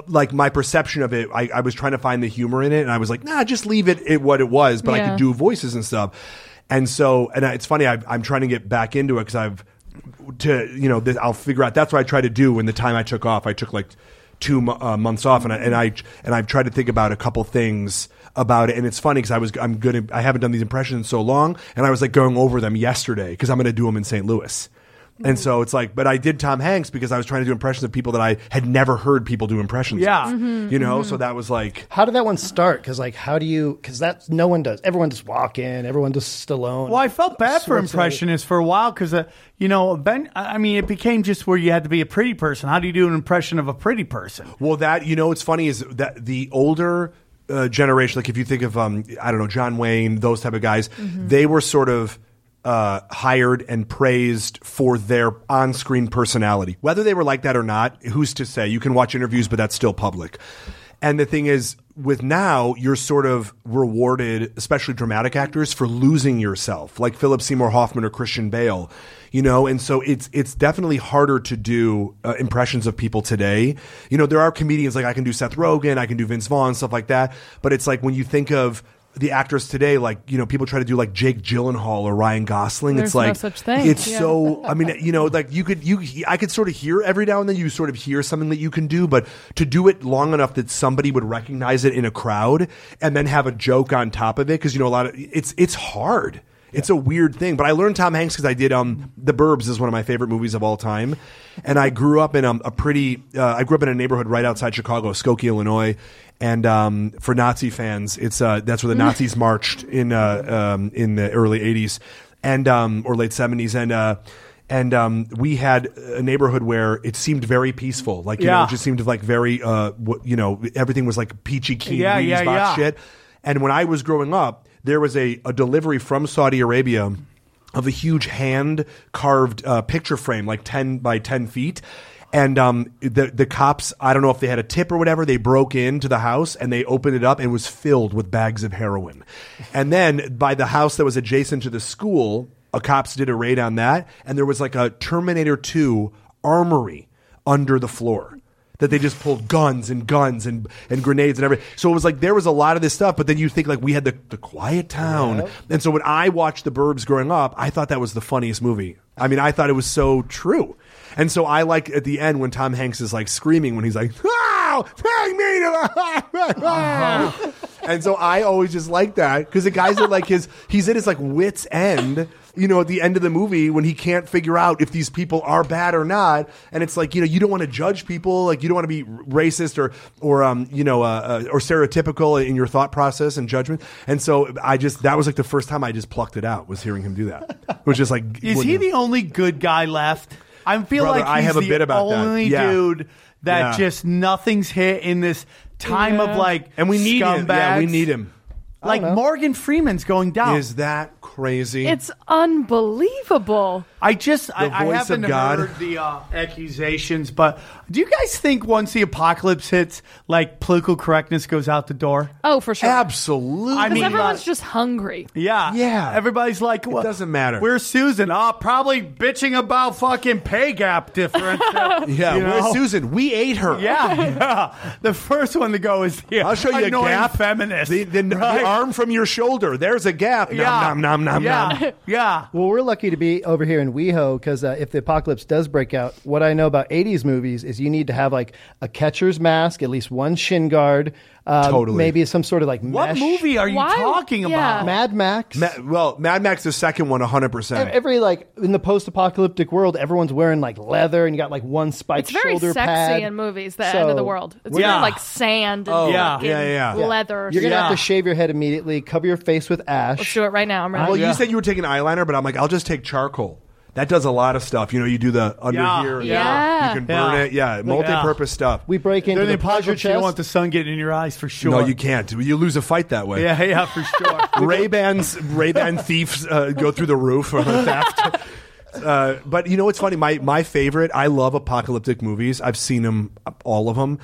S9: like my perception of it, I, I was trying to find the humor in it, and I was like, nah, just leave it, it what it was. But I
S8: Yeah.
S9: could do voices and stuff, and so and I, it's funny. I, I'm trying to get back into it because I've to you know th- I'll figure out. That's what I try to do. When the time I took off, I took like two mo- uh, months off, and I, and I and I've tried to think about a couple things about it. And it's funny because I was I'm gonna I haven't done these impressions in so long, and I was like going over them yesterday because I'm gonna do them in St. Louis. And so it's like, but I did Tom Hanks because I was trying to do impressions of people that I had never heard people do impressions.
S10: Yeah.
S9: of, you know. So that was like,
S2: How did that one start? Because like, how do you? Because that's no one does. Everyone just walk in. Everyone just Stallone.
S10: Well, I felt bad for
S2: Schwarzenegger.
S10: impressionists for a while because, uh, you know, Ben. I I mean, it became just where you had to be a pretty person. How do you do an impression of a pretty person?
S9: well, that you know, what's funny is that the older uh, generation, like if you think of, um, I don't know, John Wayne, those type of guys, they were sort of. Uh, hired and praised for their on-screen personality, whether they were like that or not. Who's to say? You can watch interviews, but that's still public. And the thing is, with now, you're sort of rewarded, especially dramatic actors, for losing yourself, like Philip Seymour Hoffman or Christian Bale, you know. And so it's it's definitely harder to do uh, impressions of people today. You know, there are comedians like I can do Seth Rogen, I can do Vince Vaughn, stuff like that. But it's like when you think of the actors today, like you know, people try to do like Jake Gyllenhaal or Ryan Gosling. it's
S8: There's no
S9: like
S8: such thing.
S9: it's
S8: Yeah.
S9: so I mean, you know, like you could, you, I could sort of hear every now and then you sort of hear something that you can do, but to do it long enough that somebody would recognize it in a crowd and then have a joke on top of it, because you know, a lot of it's it's hard. It's a weird thing, but I learned Tom Hanks because I did um The Burbs is one of my favorite movies of all time, and I grew up in um, a pretty uh, I grew up in a neighborhood right outside Chicago, Skokie, Illinois. And um, for Nazi fans, it's uh, that's where the Nazis marched in uh, um, in the early '80s and um, or late '70s, and uh, and um, we had a neighborhood where it seemed very peaceful, like you know,
S10: Yeah.
S9: it just seemed like very uh, wh- you know, everything was like peachy keen
S10: Yeah,
S9: Wheaties
S10: yeah,
S9: box
S10: yeah.
S9: shit. And when I was growing up, there was a, a delivery from Saudi Arabia of a huge hand carved uh, picture frame, like 10 by 10 feet. And um, the the cops, I don't know if they had a tip or whatever, they broke into the house and they opened it up and it was filled with bags of heroin. And then by the house that was adjacent to the school, a cops did a raid on that, and there was like a Terminator 2 armory under the floor that they just pulled guns and guns and, and grenades and everything. So it was like there was a lot of this stuff, but then you think like we had the, the quiet town. And so when I watched The Burbs growing up, I thought that was the funniest movie. I mean, I thought it was so true. And so I like at the end when Tom Hanks is like screaming when he's like, "Wow, take me to the And so I always just like that because the guy's at like his he's at his like wits end. You know, at the end of the movie when he can't figure out if these people are bad or not, and it's like you know you don't want to judge people, like you don't want to be racist or or um you know uh, uh, or stereotypical in your thought process and judgment. And so I just that was like the first time I just plucked it out was hearing him do that. It was just like
S10: [laughs] Is
S9: wouldn't
S10: he
S9: have-
S10: the only good guy left? I feel
S9: Brother,
S10: like
S9: I
S10: he's
S9: have a
S10: the
S9: bit about that.
S10: only
S9: Yeah.
S10: dude that
S9: Yeah.
S10: just nothing's hit in this time of like
S9: and we need him. Yeah, we
S10: scumbags. Oh.
S9: need him.
S10: Like Morgan Freeman's going down.
S9: Is that crazy?
S8: It's unbelievable.
S10: I just I,
S9: The
S10: I
S9: voice of
S10: haven't
S9: God.
S10: heard the uh, accusations, but do you guys think once the apocalypse hits, like political correctness goes out the door?
S8: Oh, for sure.
S9: absolutely.
S10: I
S8: Because
S10: mean,
S8: everyone's
S10: uh,
S8: just hungry.
S10: Yeah,
S9: Yeah.
S10: Everybody's like, "What?"
S9: doesn't matter.
S10: Where's Susan? Ah, probably bitching about fucking pay gap
S8: [laughs]
S10: differential.
S9: yeah,
S10: you [laughs] know?
S9: where's Susan? We ate her.
S10: Yeah, yeah. The first one to go is the
S9: I'll show you a
S10: annoying
S9: gap.
S10: feminist.
S9: The, the, the
S10: Right?
S9: arm from your shoulder. There's a gap. Nom,
S10: yeah.
S9: nom, nom, nom,
S10: yeah.
S9: nom.
S10: Yeah.
S2: Well, we're lucky to be over here in WeHo because uh, if the apocalypse does break out, what I know about 80s movies is you need to have like a catcher's mask, at least one shin guard, uh,
S9: Totally.
S2: maybe some sort of like
S10: What
S2: mesh.
S10: movie are you
S8: Why-
S10: talking
S8: yeah.
S10: about?
S2: Mad Max.
S9: Ma- well, Mad Max, the second one, 100%.
S2: Ev- Every like in the post-apocalyptic world, everyone's wearing like leather and you got like one spiked
S8: It's very
S2: shoulder
S8: sexy
S2: pad.
S8: in movies. The
S2: So,
S8: end of the world. It's
S10: Yeah.
S8: very like sand and
S10: yeah.
S8: fucking
S9: Yeah, yeah, yeah.
S8: leather.
S2: You're gonna
S10: Yeah.
S2: have to shave your head immediately, cover your face with ash.
S8: Let's do it right now. I'm ready.
S9: well,
S10: Yeah.
S9: you said you were taking eyeliner, but I'm like, I'll just take charcoal. That does a lot of stuff. You know, you do the under
S10: Yeah.
S9: here.
S8: Yeah. Yeah.
S9: You can burn
S10: Yeah.
S9: it. Yeah, multi-purpose stuff.
S2: We break into
S10: During the
S2: the pleasure
S10: apocalypse, you don't
S2: chest.
S10: want the sun getting in your eyes for sure.
S9: no, you can't. You lose a fight that way.
S10: Yeah, yeah, for sure.
S9: [laughs] Ray Ban's Ray
S2: [laughs]
S9: Ban thieves uh, go through the roof or theft. Uh, but you know what's funny? My my favorite. I love apocalyptic movies. I've seen them, all of them.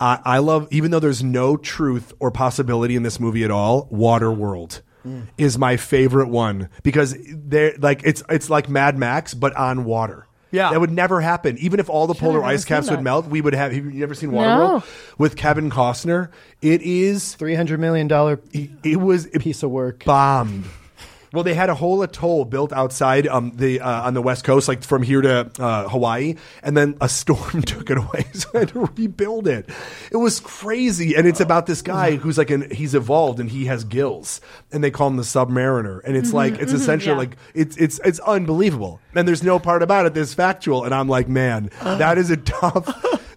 S9: I, I love, even though there's no truth or possibility in this movie at all. Waterworld
S2: Mm.
S9: is my favorite one because they're like it's it's like Mad Max but on water.
S10: Yeah.
S9: that would never happen. Even if all the polar
S2: I've never
S9: ice caps
S2: seen
S9: would
S2: that.
S9: melt, we would have. Have you ever seen Waterworld with Kevin Costner? It is.
S2: Three hundred million dollar
S9: It was
S2: piece of work.
S9: bombed. Well, they had a whole atoll built outside um, the uh, on the west coast, like from here to uh, Hawaii, and then a [laughs] storm took it away, so they had to rebuild it. It was crazy, and it's about this guy who's like an he's evolved and he has gills, and they call him the Submariner,
S10: Mm-hmm,
S9: and it's like it's essentially
S8: yeah.
S9: like it's it's it's unbelievable, and there's no part about it that's factual, and I'm like, man, that is a tough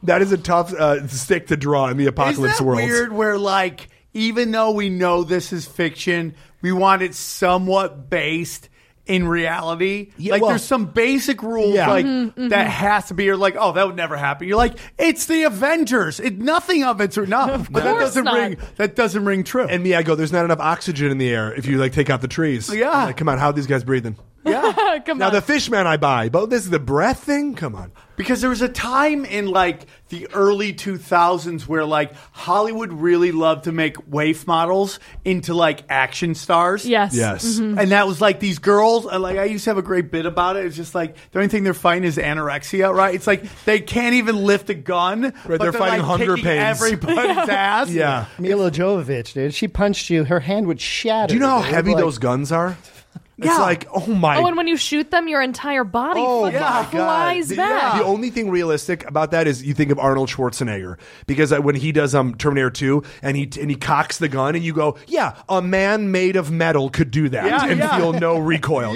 S9: that is a tough uh, stick to draw in the apocalypse
S10: Is that
S9: world.
S10: weird where like even though we know this is fiction, we want it somewhat based in reality.
S9: Yeah,
S10: like
S9: well-
S10: there's some basic rules
S9: Yeah.
S10: like that has to be. You're like, oh, that would never happen. You're like, it's the Avengers. It nothing of it's enough. But that
S8: course
S10: doesn't
S8: not.
S10: ring. That doesn't ring true.
S9: and me, I go, there's not enough oxygen in the air if you like take out the trees.
S10: Yeah.
S9: I'm like, come on, how are these guys breathing? Yeah.
S8: [laughs] Come
S9: now
S8: on.
S9: the fish man I buy, but this is the breath thing? Come on.
S10: Because there was a time in like the early 2000s where like Hollywood really loved to make waif models into like action stars.
S8: yes. Mm-hmm.
S9: Yes.
S10: And that was like these girls. uh, Like I used to have a great bit about it. It's just like the only thing they're fighting is anorexia, right? It's like they can't even lift a gun. but
S9: they're fighting
S10: like,
S9: hunger
S10: kicking
S9: pains. [laughs]
S10: Everybody's ass.
S9: Yeah.
S2: Mila Jovovich, dude, she punched you. Her hand would shatter.
S9: Do you know how
S2: dude.
S9: heavy
S2: Like,
S9: those guns are? It's
S10: Yeah.
S9: like, oh my.
S8: Oh, and when you shoot them, your entire body
S9: Oh
S8: fucking
S9: my
S8: flies
S9: God. The-
S8: back.
S9: The only thing realistic about that is you think of Arnold Schwarzenegger because uh, when he does um, Terminator 2 and he and he cocks the gun and you go, yeah, a man made of metal could do that
S10: Yeah,
S9: and
S10: yeah.
S9: feel no recoil.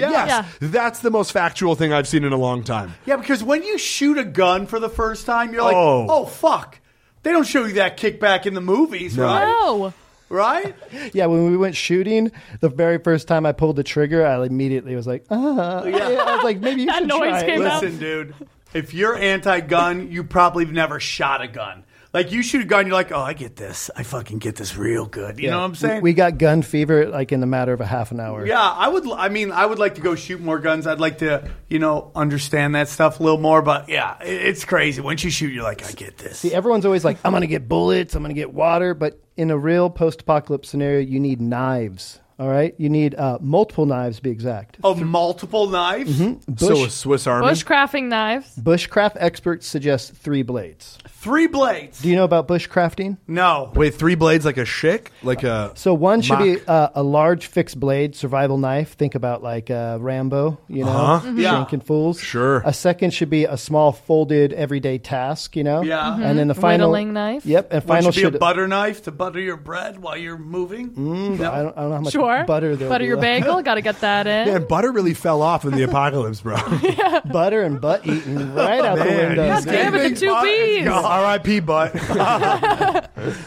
S10: [laughs] Yeah.
S9: Yes,
S8: Yeah.
S9: that's the most factual thing I've seen in a long time.
S10: Yeah, because when you shoot a gun for the first time, you're like,
S9: Oh.
S10: oh, fuck. They don't show you that kickback in the movies,
S9: No.
S10: right?
S8: no.
S10: Right?
S2: Yeah, when we went shooting, the very first time I pulled the trigger, I immediately was like, ah. [laughs] I was like, maybe you
S8: That
S2: should
S8: noise
S2: try it.
S8: came out.
S10: Listen, dude, if you're anti gun, you probably have never shot a gun. Like, you shoot a gun, you're like, oh, I get this. I fucking get this real good. You know what I'm saying?
S2: We, we got gun fever like in the matter of a half an hour.
S10: Yeah, I would. I mean, I would like to go shoot more guns. I'd like to, you know, understand that stuff a little more. But yeah, it- it's crazy. Once you shoot, you're like, I get this.
S2: Everyone's always like, I'm going to get bullets, I'm going to get water. But in a real post apocalypse scenario, you need knives. All right. You need uh, multiple knives, to be exact.
S10: oh, multiple knives,
S9: So a Swiss Army.
S8: Bushcrafting knives.
S2: Bushcraft experts suggest three blades.
S10: three blades.
S2: Do you know about bushcrafting?
S10: No,
S9: Wait, three blades like a shick? Like a.
S2: So one should be
S9: Mach.
S2: uh, a large fixed blade survival knife. Think about like uh, Rambo, you know,
S10: Mm-hmm. Yeah.
S2: Shanking Fools.
S9: Uh-huh. Sure.
S2: A second should be a small folded everyday task, you know.
S10: Yeah. Mhm.
S2: And then the final
S8: Mm-hmm. Whittling knife.
S2: Yep. And
S10: One
S2: final
S10: should be a butter knife to butter your bread while you're moving.
S2: I, don't, I don't know how much
S8: Sure.
S2: butter there.
S8: Butter your bagel. Got to get that in.
S9: Man, butter really fell off in the apocalypse, [laughs] bro.
S2: butter and butt eating right out the
S9: [laughs] Man,
S2: window.
S9: he's-
S8: Damn it, the two B's. [laughs]
S9: R.I.P. Butt.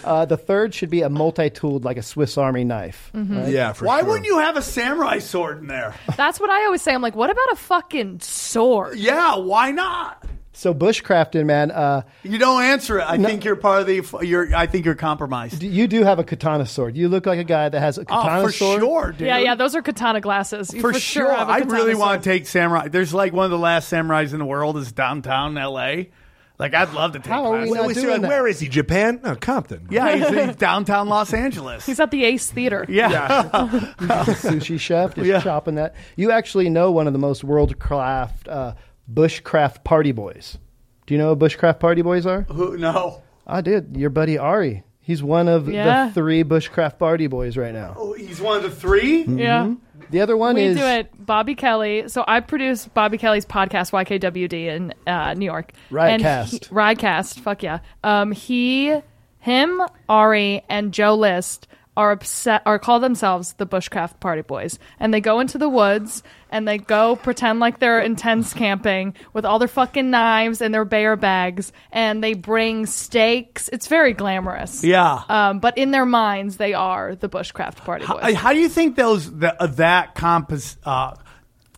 S2: Uh, the third should be a multi-tooled, like a Swiss Army knife.
S8: Mm-hmm.
S9: yeah, for
S10: Why
S9: sure.
S10: wouldn't you have a samurai sword in there?
S8: That's what I always say. I'm like, what about a fucking sword?
S10: yeah, why not?
S2: So bushcrafting, man. Uh,
S10: You don't answer it. I think you're part of the. You're. I think you're compromised.
S2: d- you do have a katana sword. You look like a guy that has a katana
S10: Oh, for
S2: sword.
S10: sure, dude.
S8: Yeah, yeah. Those are katana glasses. You
S10: for, sure.
S8: have a
S10: I
S8: katana
S10: really
S8: sword.
S10: want to take samurai. There's like one of the last samurais in the world is downtown L.A. Like I'd love to take.
S2: How are we
S10: classes.
S2: not
S9: Wait, so
S2: doing
S9: like,
S2: that?
S9: Where is he? Japan? No, Compton.
S10: Yeah, he's, he's downtown Los
S2: [laughs]
S10: Angeles.
S8: He's at the Ace Theater.
S10: yeah.
S2: sushi chef just
S10: Yeah.
S2: chopping that. You actually know one of the most world craft uh, bushcraft party boys. Do you know what bushcraft party boys are?
S10: Who, no.
S2: I did. Your buddy Ari. He's one of
S8: Yeah.
S2: the three bushcraft party boys right now.
S10: Oh, he's one of the three.
S8: Yeah.
S10: Mm-hmm.
S2: The other one
S8: We
S2: is
S8: do it. Bobby Kelly. So I produce Bobby Kelly's podcast YKWd in uh, New York. And
S2: Riotcast.
S8: he- Riotcast. Fuck yeah. Um, he, him, Ari, and Joe List are upset or call themselves the Bushcraft Party Boys, and they go into the woods and they go pretend like they're intense camping with all their fucking knives and their bear bags, and they bring steaks. It's very glamorous.
S10: Yeah.
S8: Um, but in their minds, they are the Bushcraft Party Boys.
S10: Uh, How do you think those the, uh, that compos, uh,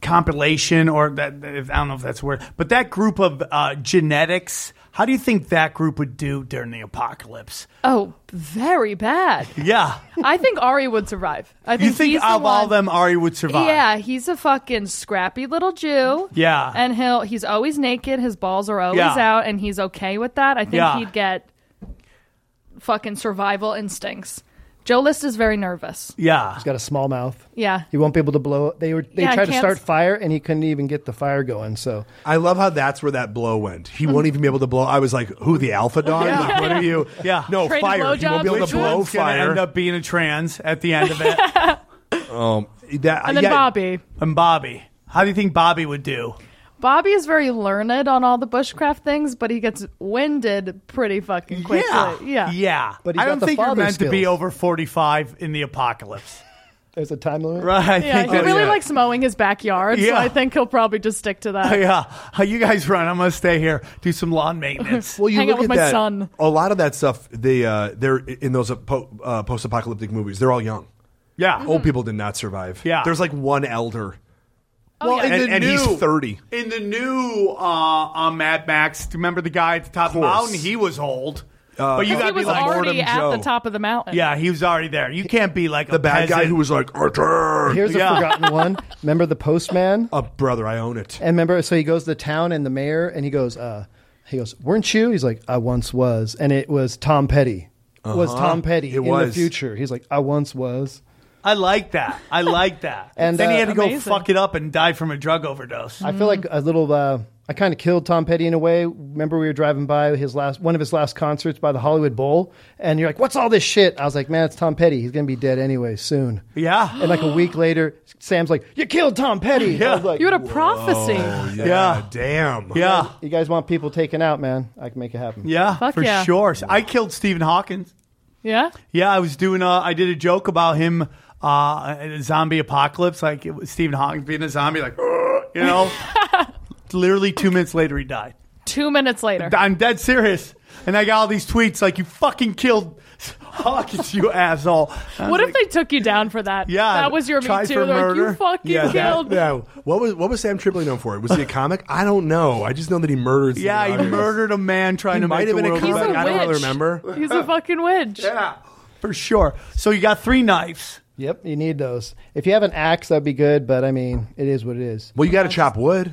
S10: compilation or that that- I don't know if that's a word, but that group of uh, genetics? How do you think that group would do during the apocalypse?
S8: oh, very bad.
S10: Yeah,
S8: I think Ari would survive. I think
S10: you think
S8: he's
S10: of
S8: the one-
S10: all them, Ari would survive?
S8: Yeah, he's a fucking scrappy little Jew.
S10: Yeah.
S8: and he'll he's always naked. His balls are always
S10: Yeah.
S8: out, and he's okay with that. I think
S10: Yeah.
S8: he'd get fucking survival instincts. Joe List is very nervous.
S10: yeah.
S2: got a small mouth.
S8: Yeah.
S2: He won't be able to blow. They were they
S8: Yeah,
S2: tried to
S8: can't-
S2: start fire and he couldn't even get the fire going. So
S9: I love how that's where that blow went. He won't even be able to blow. I was like, "Who the alpha dog?
S10: Yeah.
S9: Like, what are you?
S10: Yeah.
S9: no
S8: Trained
S9: fire. He won't be able
S8: blowjobs?
S9: to
S10: Which
S9: blow
S10: one's gonna
S9: fire.
S10: end up being a trans at the end of it?
S9: That-
S8: And then
S9: yeah,
S8: Bobby.
S10: and Bobby, how do you think Bobby would do?
S8: Bobby is very learned on all the bushcraft things, but he gets winded pretty fucking quickly.
S10: yeah, yeah.
S2: But he's
S10: I
S2: got
S10: don't
S2: the
S10: think you're
S2: father
S10: meant to be
S2: skills.
S10: over 45 in the
S2: [laughs]
S10: apocalypse.
S2: there's a time limit.
S10: Right? I
S8: Yeah,
S10: think
S8: he
S10: that-
S8: really
S10: Oh, yeah.
S8: likes mowing his backyard, so
S10: Yeah.
S8: I think he'll probably just stick to
S10: [laughs]
S8: that.
S10: Yeah, how you guys run? I'm gonna stay here, do some lawn
S2: [laughs]
S10: maintenance.
S9: Well, you
S8: Hang
S9: look
S8: out with
S9: at
S8: my
S9: that,
S8: son.
S9: A lot of that stuff, they uh, they're in those uh, po- uh, post-apocalyptic movies. They're all young.
S10: yeah.
S8: Mm-hmm.
S9: Old people did not survive.
S10: Yeah.
S9: there's like one elder.
S10: well,
S8: Oh, yeah.
S10: in
S9: And-
S10: the
S9: and
S10: new,
S9: he's 30.
S10: In the new uh, uh, Mad Max, do you remember the guy at the top of, the
S9: course.
S10: mountain? He was old,
S9: Uh,
S10: but you
S8: Because
S10: gotta
S8: he was
S10: be like,
S8: already
S9: Mortem
S8: at
S9: Joe.
S8: the top of the mountain.
S10: yeah, he was already there. You can't be like
S9: The bad guy who was like, "Arthur."
S2: Here's
S10: Yeah.
S2: a forgotten one. Remember the postman?
S9: Uh, brother, I own it.
S2: And remember, so he goes to town and the mayor, and he goes, uh, he goes, weren't you? He's like, I once was, and it was Tom Petty. Was Tom Petty
S9: Uh-huh.
S2: in
S9: It
S2: the
S9: was.
S2: future? He's like, I once was.
S10: I like that. I like that.
S2: And,
S10: then he
S2: uh,
S10: had to
S8: Amazing.
S10: go fuck it up and die from a drug overdose.
S2: I feel like a little uh, I kind of killed Tom Petty in a way. Remember, we were driving by his last one of his last concerts by the Hollywood Bowl, and you're like, "What's all this shit?" I was like, "Man, it's Tom Petty. He's gonna be dead anyway soon."
S10: Yeah.
S2: And like a week later, Sam's like, "You killed Tom
S9: [laughs]
S2: Petty." I was like,
S8: You had a prophecy.
S9: Oh, yeah,
S10: Yeah.
S9: damn.
S10: Yeah.
S2: "You guys want people taken out, man? I can make it happen."
S10: Yeah.
S8: Fuck
S10: for
S8: yeah.
S10: sure. I killed Stephen Hawkins.
S8: Yeah.
S10: Yeah, I was doing. A, I did a joke about him, uh, in a zombie apocalypse, like it was Stephen Hawking being a zombie, like you
S8: [laughs]
S10: know. Literally two minutes later, he died.
S8: Two minutes later.
S10: I'm dead serious, and I got all these tweets like, "You fucking killed Hawkins, you asshole." And I
S8: What
S10: was
S8: if
S10: like,
S8: they took you down for that?
S10: Yeah,
S8: That was your me
S10: tried
S8: too.
S10: for
S8: They're like, you
S10: murder.
S8: fucking
S10: Yeah, that-
S8: killed.
S9: Yeah. What was what was Sam Tripoli known for? Was he a comic? I don't know. I just know that he murdered.
S10: Yeah, he
S9: somebody.
S10: murdered a man trying
S9: He
S10: to
S9: might
S10: make
S9: have
S10: the
S9: been a
S10: world
S8: He's
S10: a
S8: a
S9: comic.
S10: better.
S9: I
S8: witch.
S9: don't really remember.
S8: He's a fucking witch.
S10: Yeah, for sure. So you got three knives.
S2: Yep, you need those. If you have an axe, that'd be good, but I mean, it is what it is.
S9: Well, you got to chop wood.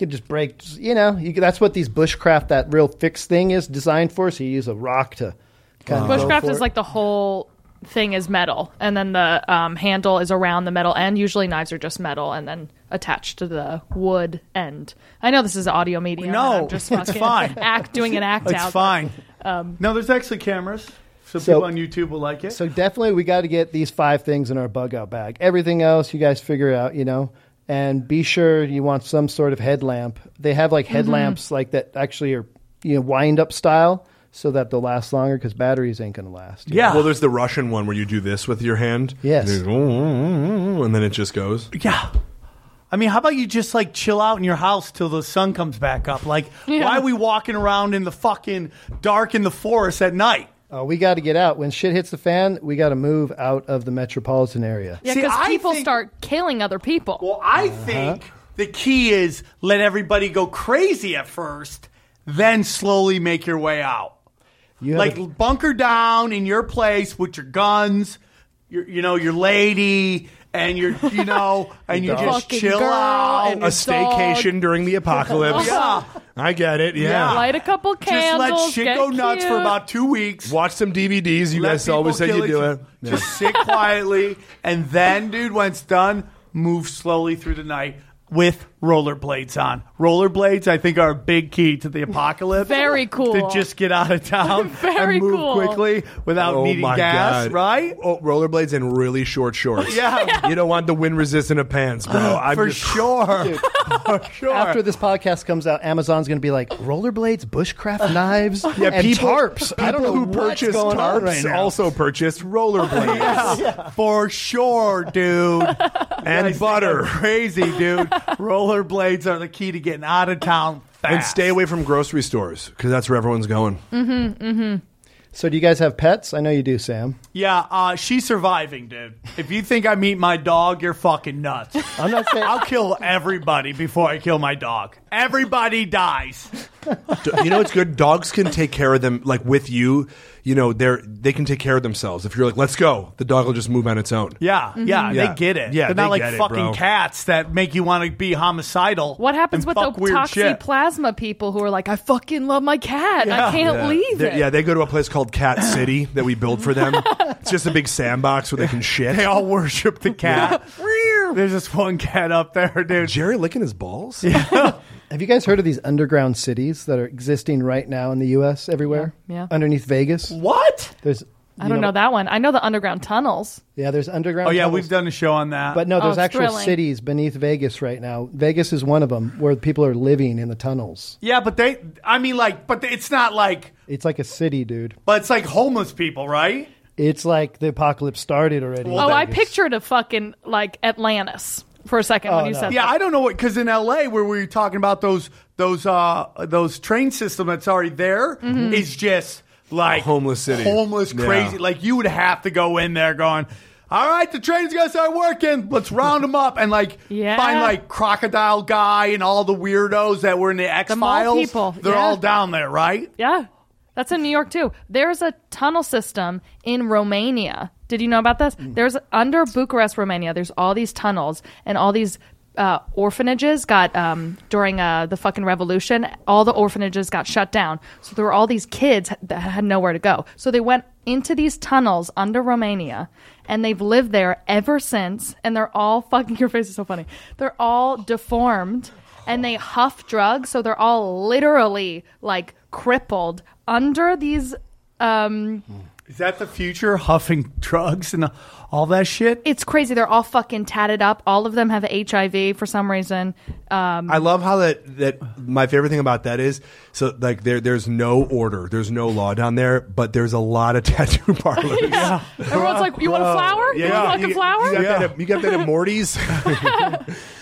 S2: You could just break, you know, you could, that's what these bushcraft, that real fixed thing is designed for. So you use a rock to kind of. go
S8: Bushcraft
S2: for
S8: is
S2: it.
S8: like the whole thing is metal, and then the um, handle is around the metal end. Usually knives are just metal and then attached to the wood end. I know this is audio medium.
S10: No,
S8: and I'm just
S10: it's
S8: fucking
S10: fine.
S8: Act doing an act
S10: It's
S8: out.
S10: fine.
S8: um,
S10: no, there's actually cameras, so,
S2: So-
S10: people on YouTube will like it.
S2: So definitely, we got to get these five things in our bug out bag. Everything else, you guys figure out, you know. And be sure you want some sort of headlamp. They have
S8: Mm-hmm.
S2: like headlamps like that actually are you know wind up style, so that they'll last longer because batteries ain't gonna last.
S10: yeah,
S9: Well, there's the Russian one where you do this with your hand.
S2: Yes.
S9: And, then- and then it just goes.
S10: Yeah. I mean, how about you just like chill out in your house till the sun comes back up? Like,
S8: Yeah.
S10: why are we walking around in the fucking dark in the forest at night?
S2: Uh, we got to get out when shit hits the fan. We got to move out of the metropolitan area.
S8: Yeah,
S10: See,
S8: because
S10: I
S8: people
S10: think-
S8: start killing other people.
S10: Well, I think the key is let everybody go crazy at first, then slowly make your way out.
S2: You have
S10: like
S2: a-
S10: bunker down in your place with your guns, your you know your lady, and your you
S8: [laughs]
S10: know, and you
S8: Your
S10: just
S8: fucking
S10: chill
S8: girl
S10: out.
S8: and
S9: A
S8: Your
S9: staycation during the
S10: [laughs]
S9: apocalypse.
S10: yeah,
S9: I get it. Yeah.
S10: Yeah.
S8: Light a couple
S10: just
S8: candles.
S10: let shit
S8: get
S10: go nuts for
S8: cute.
S10: about two weeks.
S9: Watch some DVDs. You
S10: Let
S9: guys always
S10: people
S9: said you
S10: kill
S9: do
S10: each-
S9: it. Yeah.
S10: Just sit quietly, and then, dude, when it's done, move slowly through the night with rollerblades on. Rollerblades, I think, are a big key to the apocalypse.
S8: Very cool.
S10: To just get out of town
S8: [laughs] Very
S10: and move
S8: cool.
S10: quickly without
S9: Oh
S10: needing
S9: my
S10: gas,
S9: God.
S10: right?
S9: Oh, rollerblades and really short shorts.
S10: Yeah. Oh,
S9: You don't want the wind resistant of pants, bro. I'm
S10: For
S9: just-
S10: sure. For sure.
S2: After this podcast comes out, Amazon's going to be like rollerblades,
S10: [laughs]
S2: bushcraft knives,
S9: Yeah,
S2: and
S9: people,
S2: tarps.
S9: People
S2: I don't know
S9: who
S2: what's
S9: purchased
S2: going
S9: tarps
S2: on right now.
S9: also purchased
S10: [laughs]
S9: rollerblades
S10: For sure, dude. [laughs]
S9: and butter.
S10: Crazy, dude. Rollerblades are the key to getting out of town fast.
S9: And stay away from grocery stores because that's where everyone's going.
S2: So, do you guys have pets? I know you do, Sam.
S10: Yeah, uh, she's surviving, dude. If you think I meet my dog, you're fucking nuts.
S2: I'm not saying.
S10: I'll kill everybody before I kill my dog. Everybody dies.
S9: D- you know it's good. Dogs can take care of them, like with you. You know they're they can take care of themselves. If you're like, let's go, the dog will just move on its own.
S10: Yeah,
S8: Mm-hmm.
S10: yeah,
S9: Yeah.
S10: they get it.
S9: Yeah,
S10: they're not
S9: they
S10: like
S9: get it,
S10: fucking
S9: bro.
S10: cats that make you want to be homicidal.
S8: What happens
S10: and
S8: with
S10: fuck
S8: the
S10: weird shit.
S8: toxoplasma people who are like, I fucking love my cat. I can't leave
S9: They're-
S8: it.
S9: yeah, they go to a place
S10: [laughs]
S9: called Cat City that we built for them. it's just a big sandbox where they can shit.
S10: They all worship the cat. [laughs] There's this one cat up there, [laughs] dude.
S9: Jerry licking his balls.
S2: have you guys heard of these underground cities that are existing right now in the U.S. everywhere?
S8: Yeah, yeah.
S2: Underneath Vegas,
S10: What?
S2: there's.
S8: I don't know, that one. I know the underground tunnels.
S2: Yeah, there's underground.
S10: Oh yeah,
S2: tunnels.
S10: we've done a show on that.
S2: But no,
S8: Oh,
S2: there's
S8: it's
S2: actual
S8: thrilling.
S2: cities beneath Vegas right now. Vegas is one of them where people are living in the tunnels.
S10: yeah, but they. I mean, like, but it's not like.
S2: It's like a city, dude.
S10: But it's like homeless people, right?
S2: It's like the apocalypse started already. in
S8: oh, I
S2: Vegas.
S8: pictured a fucking like Atlantis for a second when you said
S10: Oh, Yeah,
S8: that.
S10: I don't know what because in LA where we were talking about those those uh those train system that's already there is
S8: Mm-hmm.
S10: just like
S9: Homeless city.
S10: homeless
S9: Yeah.
S10: crazy. Like you would have to go in there going. All right, the train's gonna start working. Let's round them up and like
S8: Yeah.
S10: find like crocodile guy and all the weirdos that were in the X
S8: mall
S10: Files.
S8: people,
S10: They're
S8: yeah.
S10: all down there, right?
S8: Yeah. That's in New York too. There's a tunnel system in Romania. Did you know about this? There's under Bucharest, Romania. There's all these tunnels and all these uh, orphanages got um, during uh, the fucking revolution. All the orphanages got shut down, so there were all these kids that had nowhere to go. So they went into these tunnels under Romania, and they've lived [laughs] there ever since. And they're all fucking. Your face is so funny. They're all deformed. and they huff drugs, so they're all literally like crippled under these. Um,
S10: Is that the future? Huffing drugs and all that shit?
S8: it's crazy. They're all fucking tatted up. All of them have HIV for some reason. Um,
S9: I love how that that my favorite thing about that is so like there there's no order, there's no law down there, but there's a lot of tattoo
S8: [laughs]
S9: parlors. Yeah,
S8: everyone's like, "You want a flower? you want a fucking
S9: you,
S8: flower?"
S9: You got, that at, you got that at Morty's.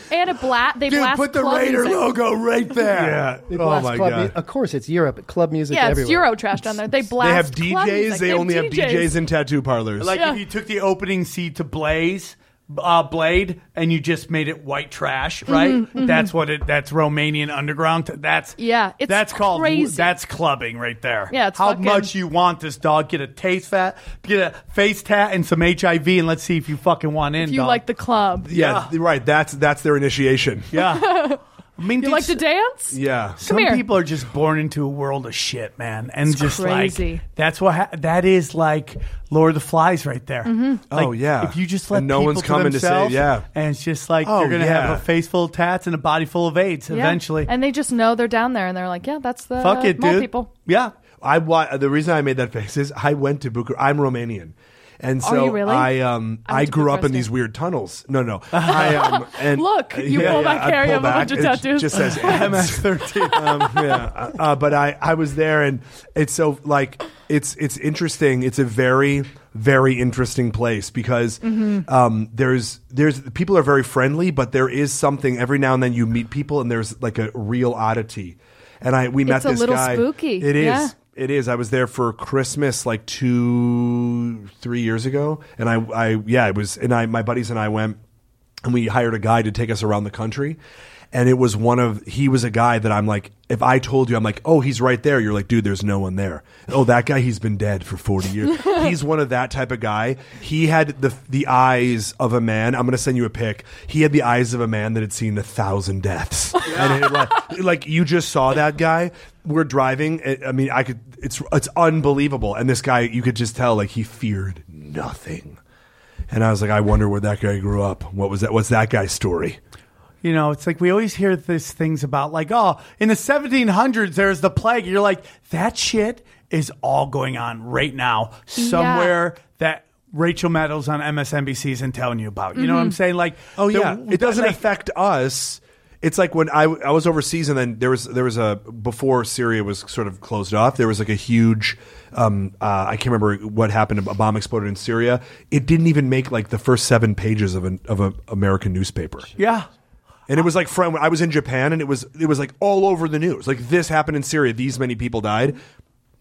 S8: And a blast. They blast club music.
S9: logo [laughs] right there. Yeah. Oh
S2: Blast
S9: my
S2: club
S9: god.
S2: mu- of course, it's Europe. Club music.
S8: Yeah, it's
S2: everywhere.
S8: Euro trash down there. They
S9: they have
S8: blast. club
S9: DJs.
S8: music.
S9: They only have DJs in tattoo parlors.
S10: Like
S8: Yeah.
S10: if you took the opening seed to Blaze, uh, Blade, and you just made it white trash,
S8: Mm-hmm,
S10: right? That's what it. That's Romanian underground. That's
S8: Yeah, it's
S10: that's called
S8: crazy.
S10: that's clubbing right there.
S8: Yeah, it's
S10: how
S8: fucking-
S10: much you want this dog? Get a taste fat, get a face tat, and some HIV, and let's see if you fucking want in.
S8: If you
S10: dog.
S8: like the club.
S9: yeah, right. That's that's their initiation.
S8: [laughs]
S10: yeah. I mean,
S8: You like
S10: these-
S8: to dance?
S9: Yeah.
S10: Some
S8: here.
S10: people are just born into a world of shit, man, and just
S8: crazy.
S10: like that's what ha- that is like Lord of the Flies right there.
S8: Mm-hmm.
S10: Like,
S9: Oh, yeah.
S10: if you just let
S9: And no
S10: people
S9: one's coming to say,
S10: themselves,
S9: yeah.
S10: and it's just like
S9: Oh,
S10: you're gonna
S9: yeah.
S10: have a face full of tats and a body full of AIDS
S8: Yeah.
S10: eventually.
S8: And they just know they're down there and they're like, yeah, that's the
S10: Fuck it,
S8: mall
S10: dude.
S8: Uh, people.
S10: Yeah,
S9: I wa- the reason I made that face is I went to Bucharest. I'm Romanian. And
S8: Are
S9: so
S8: you really?
S9: I um
S8: I went
S9: I,
S8: to
S9: grew up in
S8: Bucharest,
S9: these
S8: too.
S9: weird tunnels. No, [laughs] no. I um and
S8: Look, you pull back
S9: I
S8: hair, you
S9: pull
S8: have a bunch
S9: back.
S8: of
S9: It
S8: tattoos.
S9: just [laughs] says MS thirteen. [laughs] um, yeah, uh, but I I was there, and it's so like it's it's interesting. It's a very very interesting place because
S8: Mm-hmm.
S9: um, there's there's people are very friendly, but there is something every now and then you meet people, and there's like a real oddity. And I we met
S8: It's a
S9: this
S8: little
S9: guy.
S8: spooky,
S9: It is.
S8: yeah.
S9: It is. I was there for Christmas like two, three years ago, and I, I, yeah, it was. And I, my buddies and I went, and we hired a guy to take us around the country, and it was one of. He was a guy that I'm like, if I told you, I'm like, oh, he's right there. You're like, dude, there's no one there. Oh, that guy, he's been dead for forty years. he's one of that type of guy. He had the the eyes of a man. I'm gonna send you a pic. He had the eyes of a man that had seen a thousand deaths, and it, like, like you just saw that guy we're driving. I- I mean, I could. It's it's unbelievable. And this guy, you could just tell, like he feared nothing. And I was like, I wonder where that guy grew up. What was that? What's that guy's story?
S10: You know, it's like we always hear these things about, like, oh, in the 1700s, there's the plague. You're like, that shit is all going on right now somewhere that Rachel Meadows on MSNBC isn't telling you about. You know what
S8: Mm-hmm.
S10: I'm saying? Like,
S9: Oh
S10: the-
S9: yeah, it doesn't
S10: like-
S9: affect us. It's like when I, I was overseas and then there was there was a before Syria was sort of closed off. There was like a huge, um, uh, I can't remember what happened. A bomb exploded in Syria. It didn't even make like the first seven pages of an of an American newspaper.
S10: Yeah.
S9: And it was like from I was in Japan, and it was it was like all over the news. Like this happened in Syria. These many people died.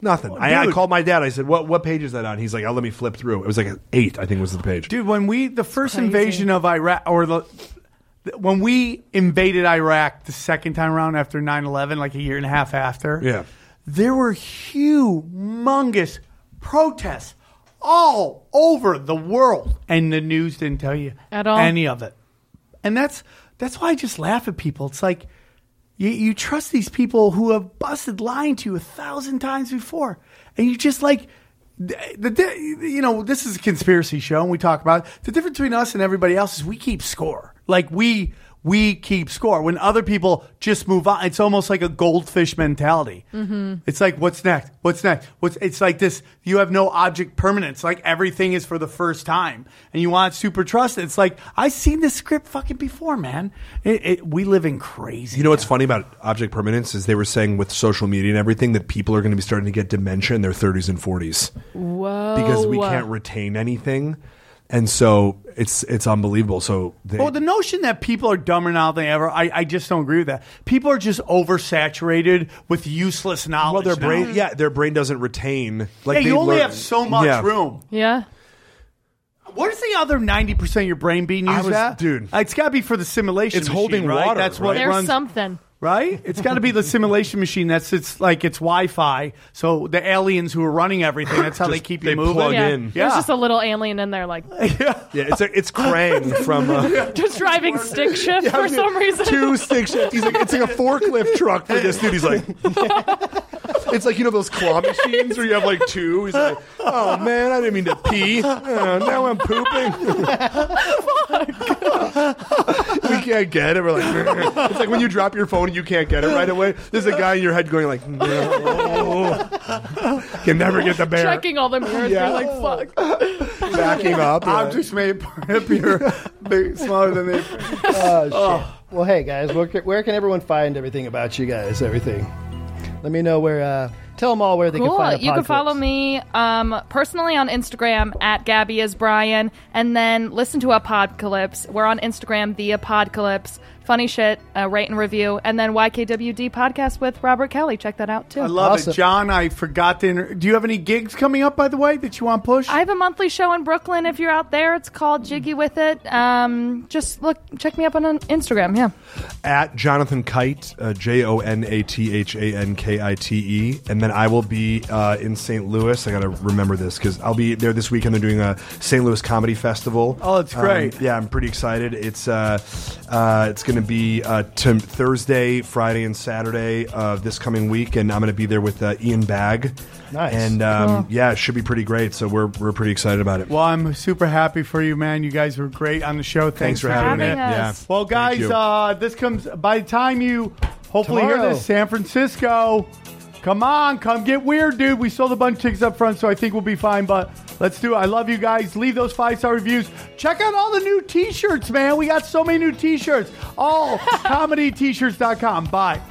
S9: Nothing. I, I
S10: Oh, dude.
S9: called my dad. I said, "What what page is that on?" He's like, "Oh, let me flip through." It was like an eight, I think, was the page.
S10: Dude, when we, the first invasion of Iraq, or the, when we invaded Iraq the second time around after 9 11, like a year and a half after,
S9: Yeah.
S10: there were humongous protests all over the world, and the news didn't tell you
S8: At all.
S10: any of it. And that's that's why I just laugh at people. It's like you, you trust these people who have busted lying to you a thousand times before, and you just like the, the you know this is a conspiracy show, and we talk about it. the difference between us and everybody else is we keep score. Like we we keep score when other people just move on. It's almost like a goldfish mentality. It's like what's next? What's next? What's it's like this. You have no object permanence. Like everything is for the first time, and you want super trust. It's like I've seen this script fucking before, man. It, it, we live in crazy.
S9: You know what's funny about object permanence is they were saying with social media and everything that people are going to be starting to get dementia in their 30s and 40s
S8: Whoa.
S9: because we can't retain anything, and so it's it's unbelievable. So they,
S10: Well, the notion that people are dumber now than ever, I, I just don't agree with that. People are just oversaturated with useless
S9: well,
S10: knowledge.
S9: their
S10: now.
S9: brain yeah their brain doesn't retain like
S10: Yeah,
S9: they
S10: you only
S9: learn-
S10: have so much
S9: Yeah.
S10: room.
S8: Yeah.
S10: What is the other ninety percent of your brain being
S9: I
S10: used
S9: was-
S10: at,
S9: dude.
S10: It's got to be for the simulation.
S9: It's
S10: machine,
S9: holding
S10: right?
S9: water,
S10: That's
S9: right?
S10: what
S8: There's
S10: runs
S8: something.
S10: right? It's got to be the simulation machine. That's it's like it's Wi-Fi. So the aliens who are running everything. That's how they keep you
S9: they
S10: moving.
S9: plug
S8: Yeah.
S9: in.
S8: There's
S10: Yeah.
S8: just a little alien in there, like
S10: [laughs]
S9: Yeah, it's a, it's Krang from uh,
S8: just driving stick shift for some reason.
S9: two stick shift. He's like, it's like a forklift truck for this dude. He's like, It's like you know those claw machines where you have like two. He's like, oh man, I didn't mean to pee. Uh, now I'm pooping. we can't get it. We're like, [laughs] it's like when you drop your phone and you can't get it right away. There's a guy in your head going like, no, can never get the bear
S8: [laughs] Checking all the mirrors,
S9: Yeah.
S8: you're like, fuck.
S9: backing up.
S10: Objects made appear big, smaller than they.
S2: Oh, shit. Well, hey guys, where, ca- where can everyone find everything about you guys? Everything. Let me know where. Uh, tell them all where they can
S8: Cool.
S2: find.
S8: You can
S2: Apocalypse.
S8: follow me um, personally on Instagram at Gabby is Brian, and then listen to Apocalypse. We're on Instagram, the Apocalypse. Funny shit, uh, rate and review, and then YKWd podcast with Robert Kelly. Check that out too.
S10: I love
S2: Awesome.
S10: it, John. I forgot to. Inter- Do you have any gigs coming up, by the way, that you want pushed?
S8: I have a monthly show in Brooklyn. If you're out there, it's called Jiggy with It. Um, just look, check me up on uh, Instagram. Yeah,
S9: at Jonathan Kite, uh, J O N A T H A N K I T E. And then I will be uh, in St. Louis. I got to remember this because I'll be there this weekend. They're doing a St. Louis Comedy Festival.
S10: Oh, that's
S9: Um,
S10: great.
S9: yeah, I'm pretty excited. It's uh, uh, it's going to be uh, t- Thursday, Friday, and Saturday uh, this coming week. And I'm going to be there with uh, Ian Bagg.
S2: Nice.
S9: And um, yeah, it should be pretty great. So we're, we're pretty excited about it.
S10: well, I'm super happy for you, man. You guys were great on the show. Thanks,
S9: Thanks for having,
S8: having
S9: me.
S8: us.
S9: Yeah.
S10: Well,
S9: Thank
S10: guys,
S9: you.
S10: uh, this comes by the time you hopefully hear
S2: Tomorrow.
S10: this, San Francisco. Come on, come get weird, dude. We sold a bunch of tickets up front, so I think we'll be fine. But let's do it. I love you guys. Leave those five star reviews. Check out all the new
S9: [laughs]
S10: T-shirts, man. We got so many new T-shirts. All comedyt-shirts.com. Bye.